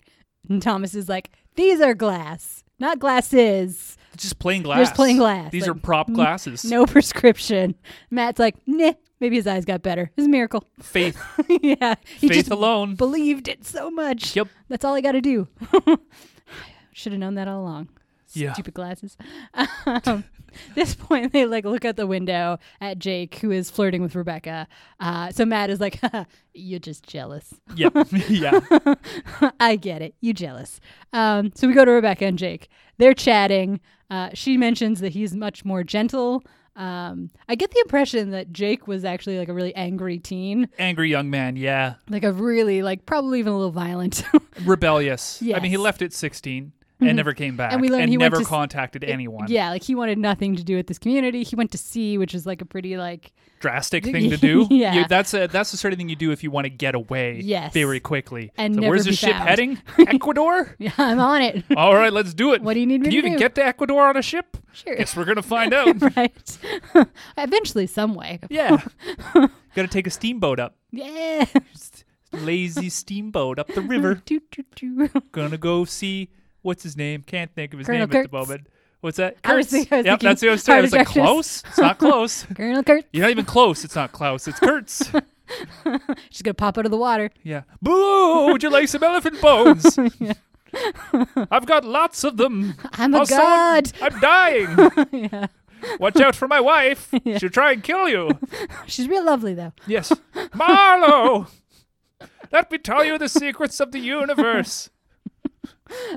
Speaker 1: And Thomas is like, these are glass, not glasses.
Speaker 2: Just plain glass.
Speaker 1: plain glass,
Speaker 2: These
Speaker 1: like, mm,
Speaker 2: are prop glasses.
Speaker 1: No (laughs) prescription. Matt's like, nah, maybe his eyes got better. It was a miracle. (laughs)
Speaker 2: Faith.
Speaker 1: yeah. He
Speaker 2: Faith
Speaker 1: just
Speaker 2: alone.
Speaker 1: believed it so much.
Speaker 2: Yep.
Speaker 1: That's all I got to do. (laughs) Should have known that all along.
Speaker 2: Yeah.
Speaker 1: Stupid glasses. (laughs) Um, this point, they like look out the window at Jake, who is flirting with Rebecca. Uh, so Matt is like, (laughs) "You're just jealous.
Speaker 2: yeah. (laughs) yeah.
Speaker 1: (laughs) I get it. You jealous." Um, so we go to Rebecca and Jake. They're chatting. Uh, she mentions that he's much more gentle. Um, I get the impression that Jake was actually like a really angry teen,
Speaker 2: Angry young man. Yeah.
Speaker 1: like a really like probably even a little violent. (laughs)
Speaker 2: Rebellious. I
Speaker 1: Yes.
Speaker 2: mean, he
Speaker 1: Mm-hmm.
Speaker 2: left at 16. and never came back.
Speaker 1: we learn he went
Speaker 2: never
Speaker 1: to s-
Speaker 2: contacted anyone.
Speaker 1: Yeah, like he wanted nothing to do with this community. He went to sea, which is like a pretty like (laughs)
Speaker 2: Drastic thing to do.
Speaker 1: Yeah.
Speaker 2: You- that's a that's the sort of thing you do if you want to get away
Speaker 1: Yes.
Speaker 2: very quickly.
Speaker 1: And
Speaker 2: so
Speaker 1: never
Speaker 2: where's
Speaker 1: be
Speaker 2: the ship
Speaker 1: found.
Speaker 2: heading?
Speaker 1: (laughs)
Speaker 2: Ecuador?
Speaker 1: yeah, I'm on it.
Speaker 2: All right, let's do it.
Speaker 1: What do you need me
Speaker 2: Can
Speaker 1: to
Speaker 2: you even
Speaker 1: do?
Speaker 2: get to Ecuador on a ship?
Speaker 1: Sure.
Speaker 2: Guess we're gonna find out.
Speaker 1: (laughs) right. (laughs) Eventually some way. (laughs)
Speaker 2: yeah. Gotta take a steamboat up.
Speaker 1: Yeah.
Speaker 2: Just Lazy steamboat up the river.
Speaker 1: (laughs) Doo, doo, doo. (laughs)
Speaker 2: Gonna go see what's his name? Can't think of his
Speaker 1: Colonel
Speaker 2: name at
Speaker 1: Kurtz.
Speaker 2: the moment. What's that?
Speaker 1: I was
Speaker 2: Kurtz.
Speaker 1: thinking- I was
Speaker 2: yep,
Speaker 1: thinking
Speaker 2: that's what I was saying. I
Speaker 1: Heart
Speaker 2: was like,
Speaker 1: Rejectors.
Speaker 2: close? It's not close.
Speaker 1: Colonel Kurt.
Speaker 2: You're not even close. It's not Klaus.
Speaker 1: (laughs)
Speaker 2: It's Kurtz.
Speaker 1: She's gonna pop out of the water.
Speaker 2: Yeah. Boo! Would you like some
Speaker 1: (laughs)
Speaker 2: elephant bones? (laughs) I've got lots of them.
Speaker 1: I'm a
Speaker 2: I'll sell 'em.
Speaker 1: god. (laughs)
Speaker 2: I'm dying.
Speaker 1: yeah.
Speaker 2: Watch out for my wife. She'll try and kill you.
Speaker 1: She's real lovely though.
Speaker 2: Yes. (laughs) Marlo! Let me tell you the secrets of the universe.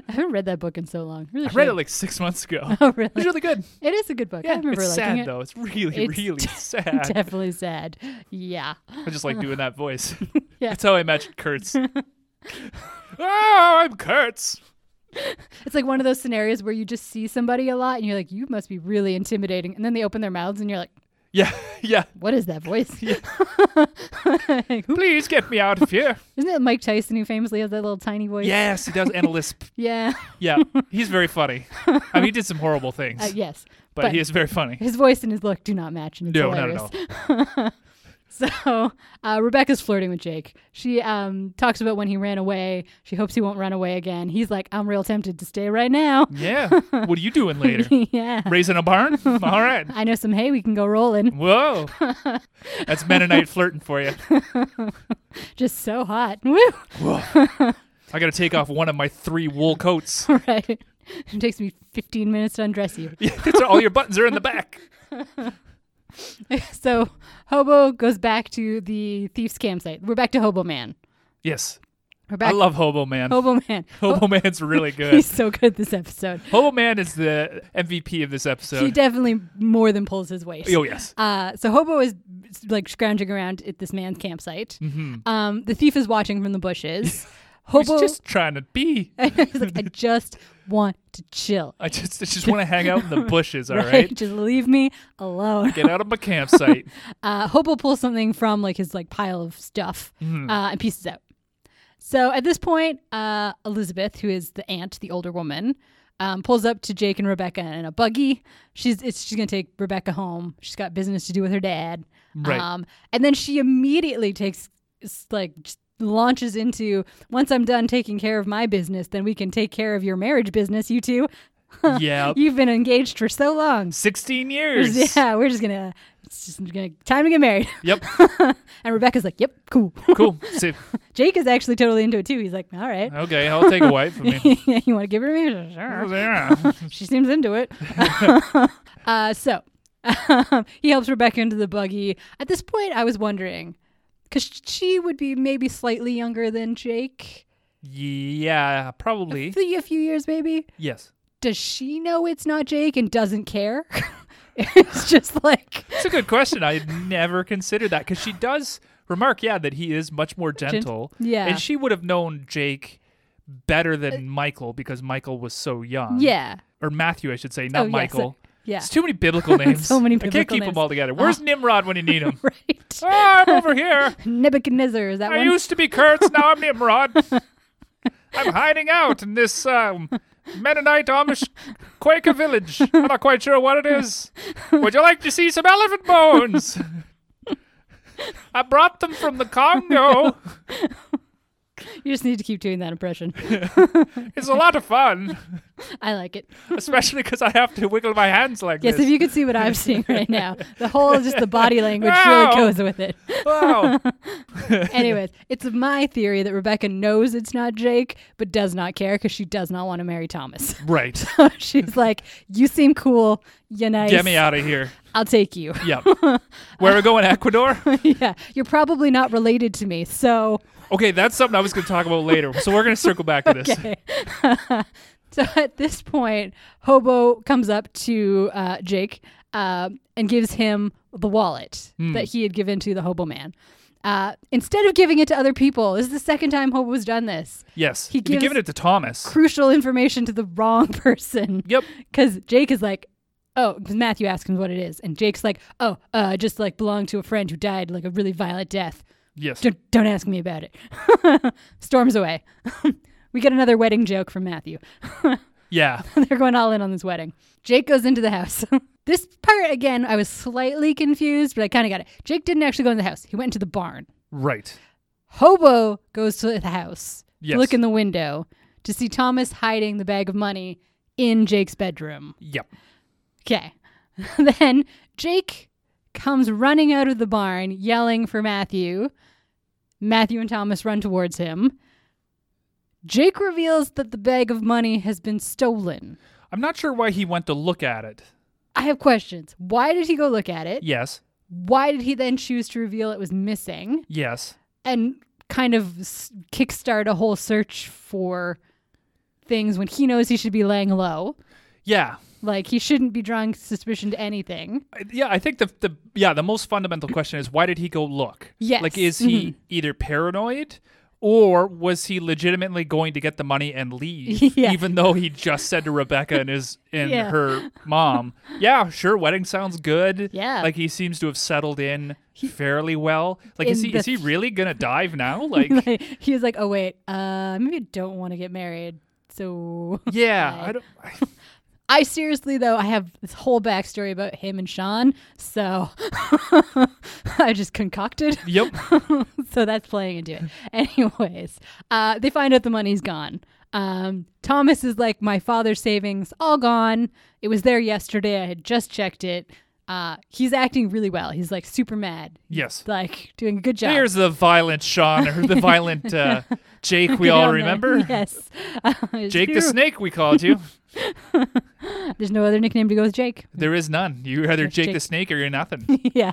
Speaker 1: I haven't read that book in so long. Really
Speaker 2: I read
Speaker 1: should.
Speaker 2: it like six months ago.
Speaker 1: (laughs) Oh
Speaker 2: It was
Speaker 1: really?
Speaker 2: really good.
Speaker 1: It is a good book. I
Speaker 2: Yeah,
Speaker 1: remember
Speaker 2: it's
Speaker 1: liking
Speaker 2: sad
Speaker 1: it. (laughs)
Speaker 2: though. It's really,
Speaker 1: It's (laughs)
Speaker 2: really
Speaker 1: de-
Speaker 2: sad.
Speaker 1: Definitely sad. Yeah.
Speaker 2: I just like doing that voice.
Speaker 1: (laughs) Yeah.
Speaker 2: That's how I
Speaker 1: (laughs)
Speaker 2: imagined Kurtz. oh, I'm Kurtz.
Speaker 1: It's like one of those scenarios where you just see somebody a lot and you're like, you must be really intimidating. And then they open their mouths and you're like,
Speaker 2: Yeah, (laughs) yeah.
Speaker 1: what is that
Speaker 2: (laughs)
Speaker 1: voice? Like, who-
Speaker 2: Please get me out of here.
Speaker 1: (laughs) Isn't it Mike Tyson who famously has that little tiny voice?
Speaker 2: yes, he does. And a lisp.
Speaker 1: Yeah.
Speaker 2: (laughs)
Speaker 1: (laughs)
Speaker 2: Yeah, he's very funny. I mean, he did some horrible things,
Speaker 1: Uh, yes.
Speaker 2: but,
Speaker 1: but-
Speaker 2: he is
Speaker 1: (laughs)
Speaker 2: very funny.
Speaker 1: His voice and his look do not match, and it's
Speaker 2: No, not at
Speaker 1: hilarious. (laughs) so uh, Rebecca's flirting with Jake. She um, talks about when he ran away. She hopes he won't run away again. He's like, I'm real tempted to stay right now. (laughs)
Speaker 2: Yeah. What are you doing later?
Speaker 1: yeah.
Speaker 2: Raising
Speaker 1: (laughs)
Speaker 2: a barn? All right.
Speaker 1: I know some hay we can go rolling. (laughs)
Speaker 2: Whoa. That's Mennonite flirting for you. Mm.
Speaker 1: Just so hot. (laughs) Woo!
Speaker 2: I got to take off one of my three wool coats. (laughs)
Speaker 1: Right. It takes me 15 minutes to undress you. (laughs)
Speaker 2: It's- all your buttons are in the back.
Speaker 1: so Hobo goes back to the thief's campsite. We're back to Hobo Man.
Speaker 2: Yes.
Speaker 1: We're back
Speaker 2: I love Hobo Man.
Speaker 1: Hobo Man.
Speaker 2: (laughs)
Speaker 1: Oh,
Speaker 2: Hobo
Speaker 1: (laughs)
Speaker 2: Man's really good.
Speaker 1: He's so good this episode.
Speaker 2: Hobo Man is the MVP of this
Speaker 1: He
Speaker 2: episode.
Speaker 1: definitely more than pulls his weight.
Speaker 2: oh yes.
Speaker 1: Uh, so Hobo is like scrounging around at this man's campsite. Um, the thief is watching from the
Speaker 2: (laughs)
Speaker 1: bushes.
Speaker 2: Mm-hmm. He's
Speaker 1: Hobo,
Speaker 2: just trying to be.
Speaker 1: (laughs) he's like, I just want to chill.
Speaker 2: I just I just want to hang out
Speaker 1: (laughs)
Speaker 2: in the bushes, all right?
Speaker 1: Just leave me alone.
Speaker 2: Get out of
Speaker 1: (laughs)
Speaker 2: my campsite.
Speaker 1: Uh, Hobo pulls something from like his like pile of stuff uh, and pieces out. So at this point, uh, Elizabeth, who is the aunt, the older woman, um, pulls up to Jake and Rebecca in a buggy. She's it's, she's gonna take Rebecca home. She's got business to do with her dad.
Speaker 2: Right.
Speaker 1: Um, and then she immediately takes s- like just launches into once I'm done taking care of my business, then we can take care of your marriage business. You two,
Speaker 2: yeah.
Speaker 1: you've been engaged for so long.
Speaker 2: 16 years.
Speaker 1: Yeah, we're just gonna it's just gonna time to get married.
Speaker 2: Yep.
Speaker 1: And Rebecca's like, "Yep, cool." (laughs)
Speaker 2: Cool. (laughs) Si-
Speaker 1: Jake is actually totally into it too. He's like, "All right, (laughs)
Speaker 2: Okay, I'll take a wife. I mean,
Speaker 1: you want to give her to me? (laughs) Sure."
Speaker 2: yeah.
Speaker 1: She seems into it. (laughs) uh, so (laughs) he helps Rebecca into the buggy. At this point, I was wondering because she would be maybe slightly younger than Jake,
Speaker 2: Yeah,
Speaker 1: a
Speaker 2: probably.
Speaker 1: few a few years maybe.
Speaker 2: Yes.
Speaker 1: Does she know it's not Jake and doesn't care? (laughs) it's just like
Speaker 2: It's a good question. I had never considered that because she does remark, yeah, that he is much more gentle.
Speaker 1: yeah. Uh,
Speaker 2: And she would have known Jake better than Michael because Michael was so young.
Speaker 1: yeah, Oh,
Speaker 2: Or Matthew, I should say, not
Speaker 1: yes,
Speaker 2: Michael.
Speaker 1: yeah.
Speaker 2: It's too many biblical names.
Speaker 1: So many
Speaker 2: I can't
Speaker 1: biblical
Speaker 2: keep
Speaker 1: names. Oh.
Speaker 2: them all together. Where's Nimrod when you need
Speaker 1: (laughs)
Speaker 2: him? (laughs)
Speaker 1: right.
Speaker 2: oh, I'm over here.
Speaker 1: Nebuchadnezzar is that
Speaker 2: I
Speaker 1: one?
Speaker 2: used to
Speaker 1: (laughs)
Speaker 2: be Kurtz, now I'm Nimrod. I'm hiding out in this um, Mennonite Amish Quaker village. I'm not quite sure what it is. Would you like to see some elephant bones? I brought them from the Congo.
Speaker 1: you just need to keep doing that impression. (laughs)
Speaker 2: It's a lot of fun,
Speaker 1: I like it.
Speaker 2: especially because I have to wiggle my hands like
Speaker 1: Yes,
Speaker 2: this.
Speaker 1: if you could see what
Speaker 2: (laughs)
Speaker 1: I'm seeing right now, the whole just the body language
Speaker 2: Ow.
Speaker 1: really goes with
Speaker 2: (laughs)
Speaker 1: it.
Speaker 2: wow.
Speaker 1: Anyways, it's my theory that Rebecca knows it's not Jake, but does not care because she does not want to marry Thomas. (laughs)
Speaker 2: Right. (laughs)
Speaker 1: She's like, "You seem cool, you nice.
Speaker 2: Get me out of here.
Speaker 1: I'll take you. (laughs)
Speaker 2: Yep. Where are we going, Ecuador?
Speaker 1: yeah, you're probably not related to me, so
Speaker 2: Okay, that's something I was going to talk about later. So we're going to circle back to this.
Speaker 1: okay." so (laughs) at this point, Hobo comes up to uh, Jake um, and gives him the wallet that he had given to the hobo man. Uh, instead of giving it to other people, this is the second time Hobo has done this.
Speaker 2: Yes.
Speaker 1: He
Speaker 2: You'd be
Speaker 1: gives-
Speaker 2: giving it to Thomas.
Speaker 1: Crucial information to the wrong (laughs) person.
Speaker 2: yep.
Speaker 1: Because Jake is like, oh, because Matthew asks him what it is. And Jake's like, oh, uh, I just like belonged to a friend who died like a really violent death.
Speaker 2: Yes.
Speaker 1: Don't, don't ask me about it. (laughs) Storms away. we get another wedding joke from Matthew. (laughs)
Speaker 2: yeah.
Speaker 1: They're going all in on this wedding. Jake goes into the house. (laughs) this part, again, I was slightly confused, but I kind of got it. Jake didn't actually go in the house, he went into the barn.
Speaker 2: Right.
Speaker 1: Hobo goes to the house
Speaker 2: Yes.
Speaker 1: to look in the window to see Thomas hiding the bag of money in Jake's bedroom.
Speaker 2: Yep.
Speaker 1: Okay. (laughs) then Jake comes running out of the barn yelling for Matthew. Matthew and Thomas run towards him. Jake reveals that the bag of money has been stolen.
Speaker 2: I'm not sure why he went to look at it.
Speaker 1: I have questions. Why did he go look at it?
Speaker 2: Yes.
Speaker 1: Why did he then choose to reveal it was missing
Speaker 2: Yes.
Speaker 1: and kind of s- kickstart a whole search for things when he knows he should be laying low?
Speaker 2: Yeah.
Speaker 1: Like he shouldn't be drawing suspicion to anything.
Speaker 2: I- Yeah, I think the the yeah, the most fundamental question is why did he go look?
Speaker 1: Yes. Mm-hmm.
Speaker 2: Like is he either paranoid or was he legitimately going to get the money and
Speaker 1: (laughs)
Speaker 2: leave
Speaker 1: Yeah.
Speaker 2: even though he just said to Rebecca and his and
Speaker 1: Yeah.
Speaker 2: her mom, "Yeah, sure, wedding sounds good."
Speaker 1: Yeah.
Speaker 2: Like he seems to have settled in fairly well. Like is
Speaker 1: In
Speaker 2: he
Speaker 1: the
Speaker 2: is he really going to dive
Speaker 1: (laughs)
Speaker 2: now? Like
Speaker 1: (laughs) like, he was like, "Oh wait, uh, maybe I don't want to get married." So (laughs)
Speaker 2: yeah, I don't
Speaker 1: I seriously though I have this whole backstory about him and Sean, so (laughs) I just concocted.
Speaker 2: Yep.
Speaker 1: so that's playing into it. (laughs) Anyways, uh, they find out the money's gone. Um, Thomas is like, my father's savings all gone. It was there yesterday. I had just checked it. Uh, he's acting really well. He's like super mad.
Speaker 2: Yes.
Speaker 1: Like doing a good job.
Speaker 2: There's the violent Sean or the
Speaker 1: (laughs)
Speaker 2: violent uh, Jake we
Speaker 1: Get
Speaker 2: all
Speaker 1: on there.
Speaker 2: remember.
Speaker 1: (laughs) Yes. Uh,
Speaker 2: Jake the
Speaker 1: here-
Speaker 2: Snake we
Speaker 1: (laughs)
Speaker 2: called you.
Speaker 1: There's no other nickname to go with Jake. (laughs)
Speaker 2: There is none. You're either
Speaker 1: Just
Speaker 2: Jake, the
Speaker 1: Jake.
Speaker 2: Snake or you're nothing.
Speaker 1: yeah.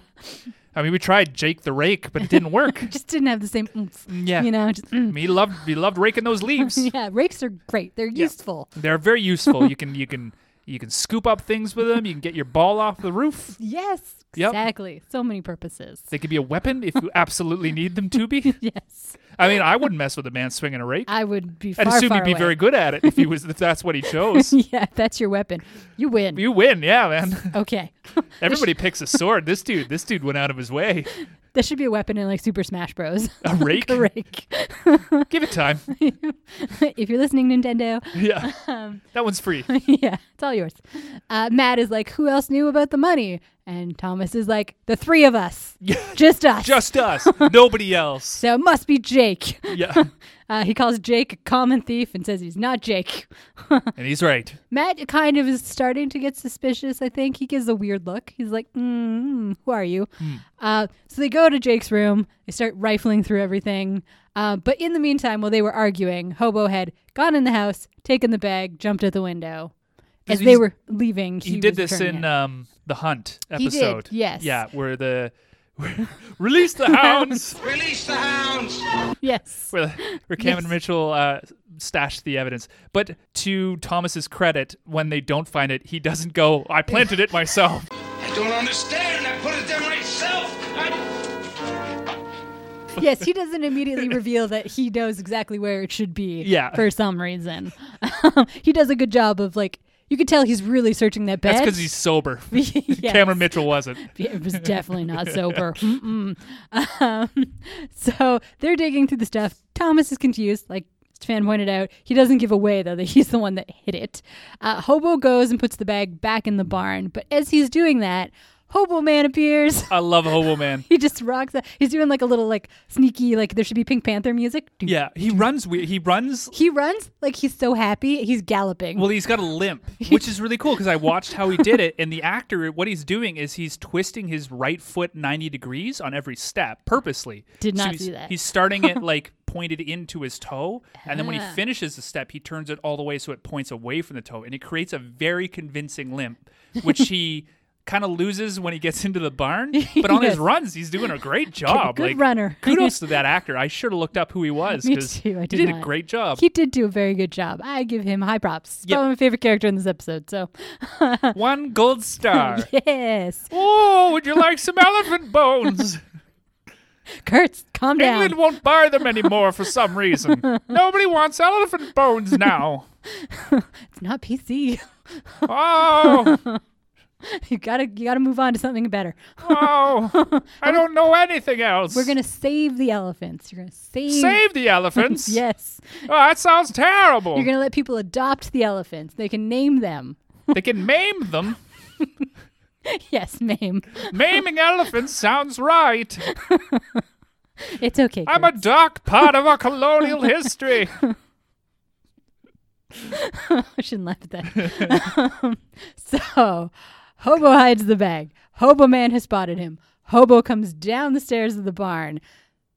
Speaker 2: I mean, we tried Jake the Rake, but it
Speaker 1: (laughs)
Speaker 2: didn't work.
Speaker 1: Just didn't have the same oomph.
Speaker 2: Yeah. Mm.
Speaker 1: You know, just, mm.
Speaker 2: we loved we loved raking those leaves.
Speaker 1: yeah, rakes are great. They're useful.
Speaker 2: They're very useful. You can you can you can scoop up things with them. You can get your ball off the roof.
Speaker 1: Yes.
Speaker 2: Yep.
Speaker 1: Exactly. So many
Speaker 2: (laughs)
Speaker 1: purposes.
Speaker 2: They could be a weapon if you absolutely need them to be.
Speaker 1: Yes.
Speaker 2: I mean, I wouldn't mess with a man swinging a rake.
Speaker 1: I would be Ah, far,
Speaker 2: I'd assume
Speaker 1: far
Speaker 2: he'd be
Speaker 1: away.
Speaker 2: very good at it if he was if
Speaker 1: (laughs)
Speaker 2: that's what he chose.
Speaker 1: yeah, if that's your weapon. You win.
Speaker 2: You win, yeah, man. (laughs)
Speaker 1: okay.
Speaker 2: Everybody picks a sword. This dude, this dude went out of his way.
Speaker 1: that should be a weapon in like Super Smash Bros.
Speaker 2: (laughs)
Speaker 1: (laughs)
Speaker 2: A rake?
Speaker 1: a rake. (laughs)
Speaker 2: Give it time.
Speaker 1: if you're listening, Nintendo. (laughs)
Speaker 2: Yeah.
Speaker 1: Um,
Speaker 2: that one's free. (laughs)
Speaker 1: yeah, it's all yours. Uh, Matt is like, who else knew about the money? And Thomas is like, the three of us. Just us. (laughs)
Speaker 2: Just us. Nobody else.
Speaker 1: so it must be Jake. (laughs)
Speaker 2: Yeah.
Speaker 1: Uh, he calls Jake a common thief and says he's not Jake. (laughs)
Speaker 2: And he's right.
Speaker 1: Matt kind of is starting to get suspicious, I think. He gives a weird look. He's like, mm, who are you?
Speaker 2: Hmm.
Speaker 1: Uh, so they go to Jake's room. They start rifling through everything. Uh, but in the meantime, while they were arguing, Hobo had gone in the house, taken the bag, jumped out the window. As they
Speaker 2: he's-
Speaker 1: were leaving, he,
Speaker 2: He, did
Speaker 1: was
Speaker 2: this
Speaker 1: turning
Speaker 2: in
Speaker 1: it.
Speaker 2: um, the Hunt
Speaker 1: He did,
Speaker 2: episode.
Speaker 1: yes.
Speaker 2: Yeah, where the (laughs)
Speaker 1: (laughs)
Speaker 2: release the hounds,
Speaker 3: Release the hounds!
Speaker 1: (laughs) yes.
Speaker 2: where, where Cameron Mitchell uh, stashed the evidence. But to Thomas's credit, when they don't find it, he doesn't go. I planted
Speaker 1: (laughs)
Speaker 2: it myself.
Speaker 3: I don't understand. I put it there myself. I...
Speaker 1: yes, he doesn't immediately (laughs) reveal that he knows exactly where it should be
Speaker 2: Yeah.
Speaker 1: for some reason. (laughs) he does a good job of, like, you could tell he's really searching that bed.
Speaker 2: That's because he's sober.
Speaker 1: (laughs) Yes.
Speaker 2: Cameron Mitchell wasn't.
Speaker 1: Yeah, (laughs) it was definitely not
Speaker 2: (laughs)
Speaker 1: sober. Mm-mm. Um, so they're digging through the stuff. Thomas is confused, like Stefan pointed out. He doesn't give away, though, that he's the one that hid it. Uh, Hobo goes and puts the bag back in the barn. But as he's doing that, Hobo Man appears. (laughs)
Speaker 2: I love Hobo Man.
Speaker 1: He just rocks. Out. He's doing like a little like sneaky like there should be Pink Panther music. Doo-
Speaker 2: Yeah, he runs weird. He runs
Speaker 1: He runs like he's so happy. He's galloping.
Speaker 2: Well, he's got
Speaker 1: (laughs)
Speaker 2: a limp, which is really cool because I watched how he did it. And the actor, what he's doing is he's twisting his right foot 90 degrees on every step purposely.
Speaker 1: Did not
Speaker 2: he's,
Speaker 1: do that.
Speaker 2: He's
Speaker 1: (laughs)
Speaker 2: starting it like pointed into his toe. And then when
Speaker 1: Ah.
Speaker 2: he finishes the step, he turns it all the way so it points away from the toe. And it creates a very convincing limp, which
Speaker 1: (laughs)
Speaker 2: he kind of loses when he gets into the barn. But on
Speaker 1: Yes.
Speaker 2: his runs, he's doing a great job.
Speaker 1: good
Speaker 2: like,
Speaker 1: runner. (laughs)
Speaker 2: kudos to that actor. I should have looked up who he was
Speaker 1: Me
Speaker 2: because
Speaker 1: too, I
Speaker 2: he
Speaker 1: did
Speaker 2: did a
Speaker 1: not.
Speaker 2: great job.
Speaker 1: he did do a very good job. I give him high props.
Speaker 2: Yep.
Speaker 1: Probably my favorite character in this episode. So,
Speaker 2: One gold star.
Speaker 1: (laughs) yes. (laughs)
Speaker 2: Oh, would you like some elephant bones?
Speaker 1: Kurtz, calm down.
Speaker 2: England won't buy them anymore for
Speaker 1: (laughs)
Speaker 2: some reason. Nobody wants elephant bones now.
Speaker 1: It's not PC.
Speaker 2: Oh,
Speaker 1: (laughs) you gotta you gotta move on to something better.
Speaker 2: oh, I don't know anything else.
Speaker 1: We're gonna save the elephants. You're gonna save.
Speaker 2: save
Speaker 1: (laughs)
Speaker 2: the elephants.
Speaker 1: Yes.
Speaker 2: Oh, that sounds terrible.
Speaker 1: You're gonna let people adopt the elephants. They can name them. (laughs)
Speaker 2: They can maim them.
Speaker 1: Yes, Mame.
Speaker 2: Maiming elephants sounds right.
Speaker 1: It's okay.
Speaker 2: I'm a
Speaker 1: Kurtz.
Speaker 2: dark part of our
Speaker 1: (laughs)
Speaker 2: colonial history.
Speaker 1: I shouldn't laugh at that. Um, so, Hobo hides the bag. Hobo man has spotted him. Hobo comes down the stairs of the barn,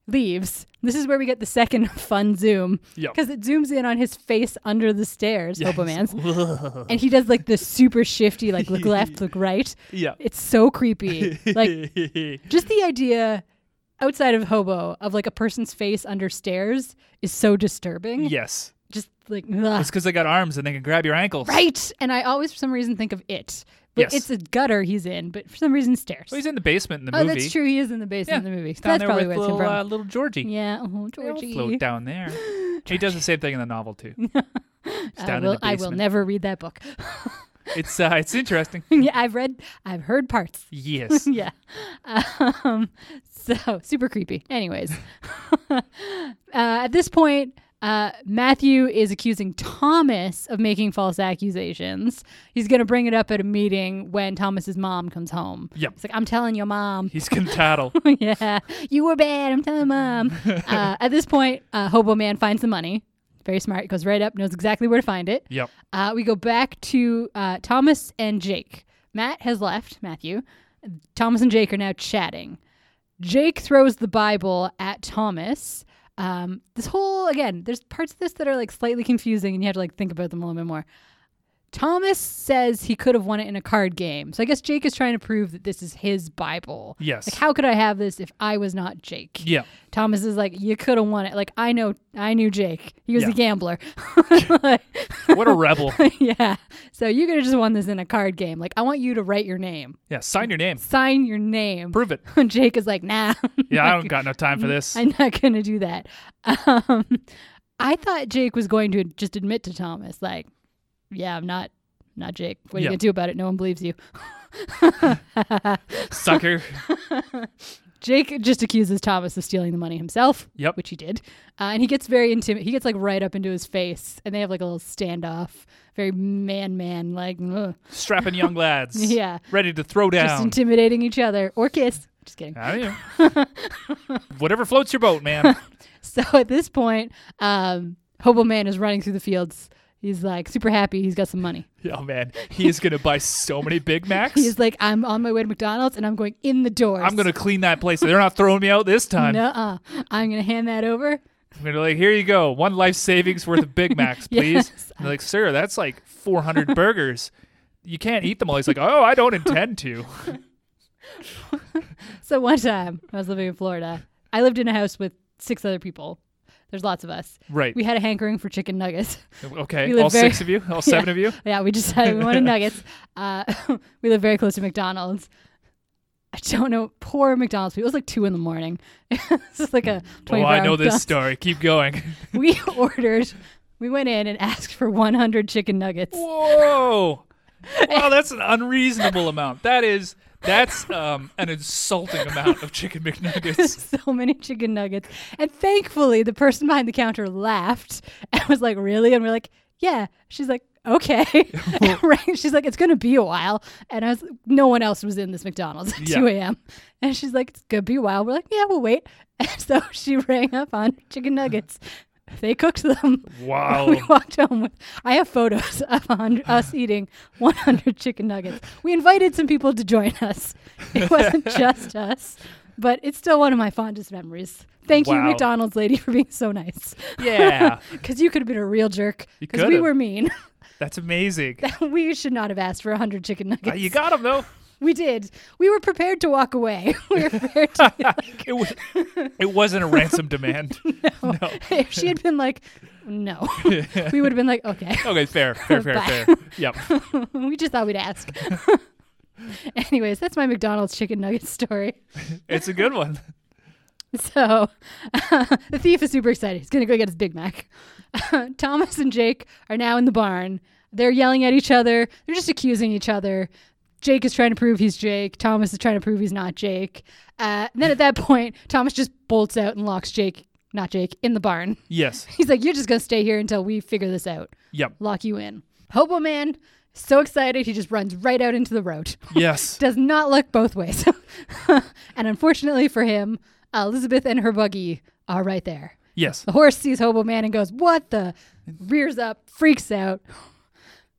Speaker 1: leaves. This is where we get the second (laughs) fun zoom
Speaker 2: Yep.
Speaker 1: because it zooms in on his face under the stairs, Hobo
Speaker 2: (laughs)
Speaker 1: man's, and he does like the super shifty, like look left, look right.
Speaker 2: Yeah.
Speaker 1: It's so creepy.
Speaker 2: (laughs)
Speaker 1: Like just the idea outside of Hobo of like a person's face under stairs is so disturbing.
Speaker 2: yes.
Speaker 1: Just like ugh.
Speaker 2: It's because they got arms and they can grab your ankles.
Speaker 1: Right. And I always, for some reason, think of it. But
Speaker 2: Yes.
Speaker 1: it's a gutter he's in, but for some reason, stairs.
Speaker 2: Well, he's in the basement in the
Speaker 1: oh,
Speaker 2: movie.
Speaker 1: that's true. He is in the
Speaker 2: Yeah.
Speaker 1: basement of the movie. So
Speaker 2: Down
Speaker 1: that's
Speaker 2: there
Speaker 1: probably
Speaker 2: with
Speaker 1: where it's
Speaker 2: little,
Speaker 1: him from.
Speaker 2: uh, little Georgie.
Speaker 1: yeah. Oh,
Speaker 2: They all
Speaker 1: Georgie.
Speaker 2: float down there.
Speaker 1: (laughs)
Speaker 2: he does the same thing in the novel too. It's
Speaker 1: I
Speaker 2: down
Speaker 1: will,
Speaker 2: in the
Speaker 1: Uh, I will
Speaker 2: basement.
Speaker 1: never read that book. (laughs)
Speaker 2: It's uh, it's interesting.
Speaker 1: yeah, I've read, I've heard parts. (laughs)
Speaker 2: Yes.
Speaker 1: Yeah. Um, so super creepy. Anyways, (laughs) uh, at this point, uh, Matthew is accusing Thomas of making false accusations. He's going to bring it up at a meeting when Thomas's mom comes home.
Speaker 2: Yep.
Speaker 1: It's like, I'm telling your mom.
Speaker 2: He's
Speaker 1: (laughs)
Speaker 2: gonna tattle.
Speaker 1: yeah, you were bad. I'm telling mom. Uh, at this point, uh, Hobo Man finds the money. Very smart. Goes right up, knows exactly where to find it.
Speaker 2: Yep.
Speaker 1: Uh, we go back to uh, Thomas and Jake. Matt has left, Matthew. Thomas and Jake are now chatting. Jake throws the Bible at Thomas. Um, this whole, again, there's parts of this that are like slightly confusing and you have to like think about them a little bit more. Thomas says he could have won it in a card game. So I guess Jake is trying to prove that this is his Bible.
Speaker 2: Yes.
Speaker 1: Like, how could I have this if I was not Jake?
Speaker 2: Yeah.
Speaker 1: Thomas is like, you could have won it. Like, I know, I knew Jake. He was
Speaker 2: Yeah.
Speaker 1: a
Speaker 2: (laughs)
Speaker 1: gambler. (laughs)
Speaker 2: What a rebel.
Speaker 1: yeah. So you could have just won this in a card game. Like, I want you to write your name,
Speaker 2: Yeah. Sign your name.
Speaker 1: sign your name. (laughs)
Speaker 2: Prove it.
Speaker 1: And Jake is like, nah, (laughs)
Speaker 2: Yeah. I don't got no time for this.
Speaker 1: I'm not going to do that. Um, I thought Jake was going to just admit to Thomas, like, yeah, I'm not, not Jake. What are you
Speaker 2: Yeah.
Speaker 1: going to do about it? No one believes you.
Speaker 2: Sucker.
Speaker 1: Jake just accuses Thomas of stealing the money himself.
Speaker 2: Yep.
Speaker 1: Which he did. Uh, and he gets very intimate. He gets like right up into his face and they have like a little standoff. Very man, man, like, ugh.
Speaker 2: Strapping young lads.
Speaker 1: (laughs) Yeah.
Speaker 2: Ready to throw
Speaker 1: just
Speaker 2: down.
Speaker 1: intimidating each other or kiss. Just kidding.
Speaker 2: I don't
Speaker 1: (laughs)
Speaker 2: know. Whatever floats your boat, man.
Speaker 1: So at this point, um, Hobo Man is running through the fields. He's like super happy. He's got some
Speaker 2: (laughs)
Speaker 1: money.
Speaker 2: Oh man, he is gonna buy so
Speaker 1: (laughs)
Speaker 2: many Big Macs.
Speaker 1: He's like, I'm on my way to McDonald's and I'm going in the doors.
Speaker 2: I'm gonna clean that place. They're not throwing me out
Speaker 1: (laughs)
Speaker 2: this time.
Speaker 1: Nuh-uh. I'm gonna hand that over.
Speaker 2: And they're like, here you go, one life savings worth of Big
Speaker 1: (laughs)
Speaker 2: Macs, please.
Speaker 1: Yes.
Speaker 2: And they're like, sir, that's like 400 burgers. You can't eat them all. He's like, oh, I don't intend to.
Speaker 1: So one time, I was living in Florida. I lived in a house with six other people. There's lots of us.
Speaker 2: Right.
Speaker 1: We had a hankering for chicken nuggets.
Speaker 2: okay.
Speaker 1: we live
Speaker 2: All
Speaker 1: very-
Speaker 2: six of you, (laughs) all seven of you.
Speaker 1: (laughs) yeah, we
Speaker 2: (laughs)
Speaker 1: decided we wanted nuggets. Uh, (laughs) we live very close to McDonald's. I don't know. Poor McDonald's. people. It was like two in the morning. (laughs) this is like a.
Speaker 2: Oh,
Speaker 1: 24
Speaker 2: I know this
Speaker 1: McDonald's.
Speaker 2: story. Keep going. (laughs)
Speaker 1: we (laughs) ordered we went in and asked for 100 chicken nuggets
Speaker 2: Whoa. Wow, that's an unreasonable amount. That is, that's um, an insulting amount of chicken McNuggets.
Speaker 1: (laughs) so many chicken nuggets and thankfully the person behind the counter laughed (laughs) and was like really and we're like yeah she's like okay
Speaker 2: (laughs)
Speaker 1: (laughs) right she's like it's gonna be a while and i was no one else was in this mcdonald's at
Speaker 2: Yeah.
Speaker 1: 2 a.m and she's like it's gonna be a while we're like yeah we'll wait (laughs) and so she rang up on chicken nuggets they cooked them
Speaker 2: Wow.
Speaker 1: we (laughs) walked home with i have photos (laughs) of 100, us eating 100 chicken nuggets we invited some people to join us it
Speaker 2: (laughs)
Speaker 1: wasn't just us but it's still one of my fondest memories thank you
Speaker 2: Wow.
Speaker 1: mcdonald's lady for being so nice
Speaker 2: Yeah.
Speaker 1: because you could have been a real jerk
Speaker 2: You
Speaker 1: because we
Speaker 2: could've.
Speaker 1: were mean (laughs)
Speaker 2: That's amazing.
Speaker 1: we should not have asked for 100 chicken nuggets
Speaker 2: Uh, you got
Speaker 1: (laughs)
Speaker 2: him, though.
Speaker 1: we did we were prepared to walk away (laughs) we were prepared
Speaker 2: (laughs)
Speaker 1: to
Speaker 2: It, was, it wasn't a ransom demand.
Speaker 1: if she had been like
Speaker 2: (laughs)
Speaker 1: no we would have been like okay (laughs)
Speaker 2: Okay, fair, fair, fair,
Speaker 1: Bye.
Speaker 2: fair.
Speaker 1: (laughs)
Speaker 2: Yep.
Speaker 1: we just thought we'd ask anyways that's my mcdonald's chicken nugget story (laughs)
Speaker 2: It's a good one.
Speaker 1: So (laughs) the thief is super excited. He's going to go get his Big Mac. (laughs) Thomas and Jake are now in the barn. They're yelling at each other. They're just accusing each other. Jake is trying to prove he's Jake. Thomas is trying to prove he's not Jake. Uh, and then at that point, Thomas just bolts out and locks Jake, not Jake, in the barn. (laughs)
Speaker 2: Yes.
Speaker 1: He's like, You're just going to stay here until we figure this out. (laughs)
Speaker 2: Yep.
Speaker 1: Lock you in. Hobo Man, so excited, he just runs right out into the road (laughs)
Speaker 2: Yes.
Speaker 1: does not look both ways. (laughs) and unfortunately for him, Elizabeth and her buggy are right there.
Speaker 2: Yes.
Speaker 1: (laughs) The horse sees Hobo Man and goes, What the? Rears up, freaks out.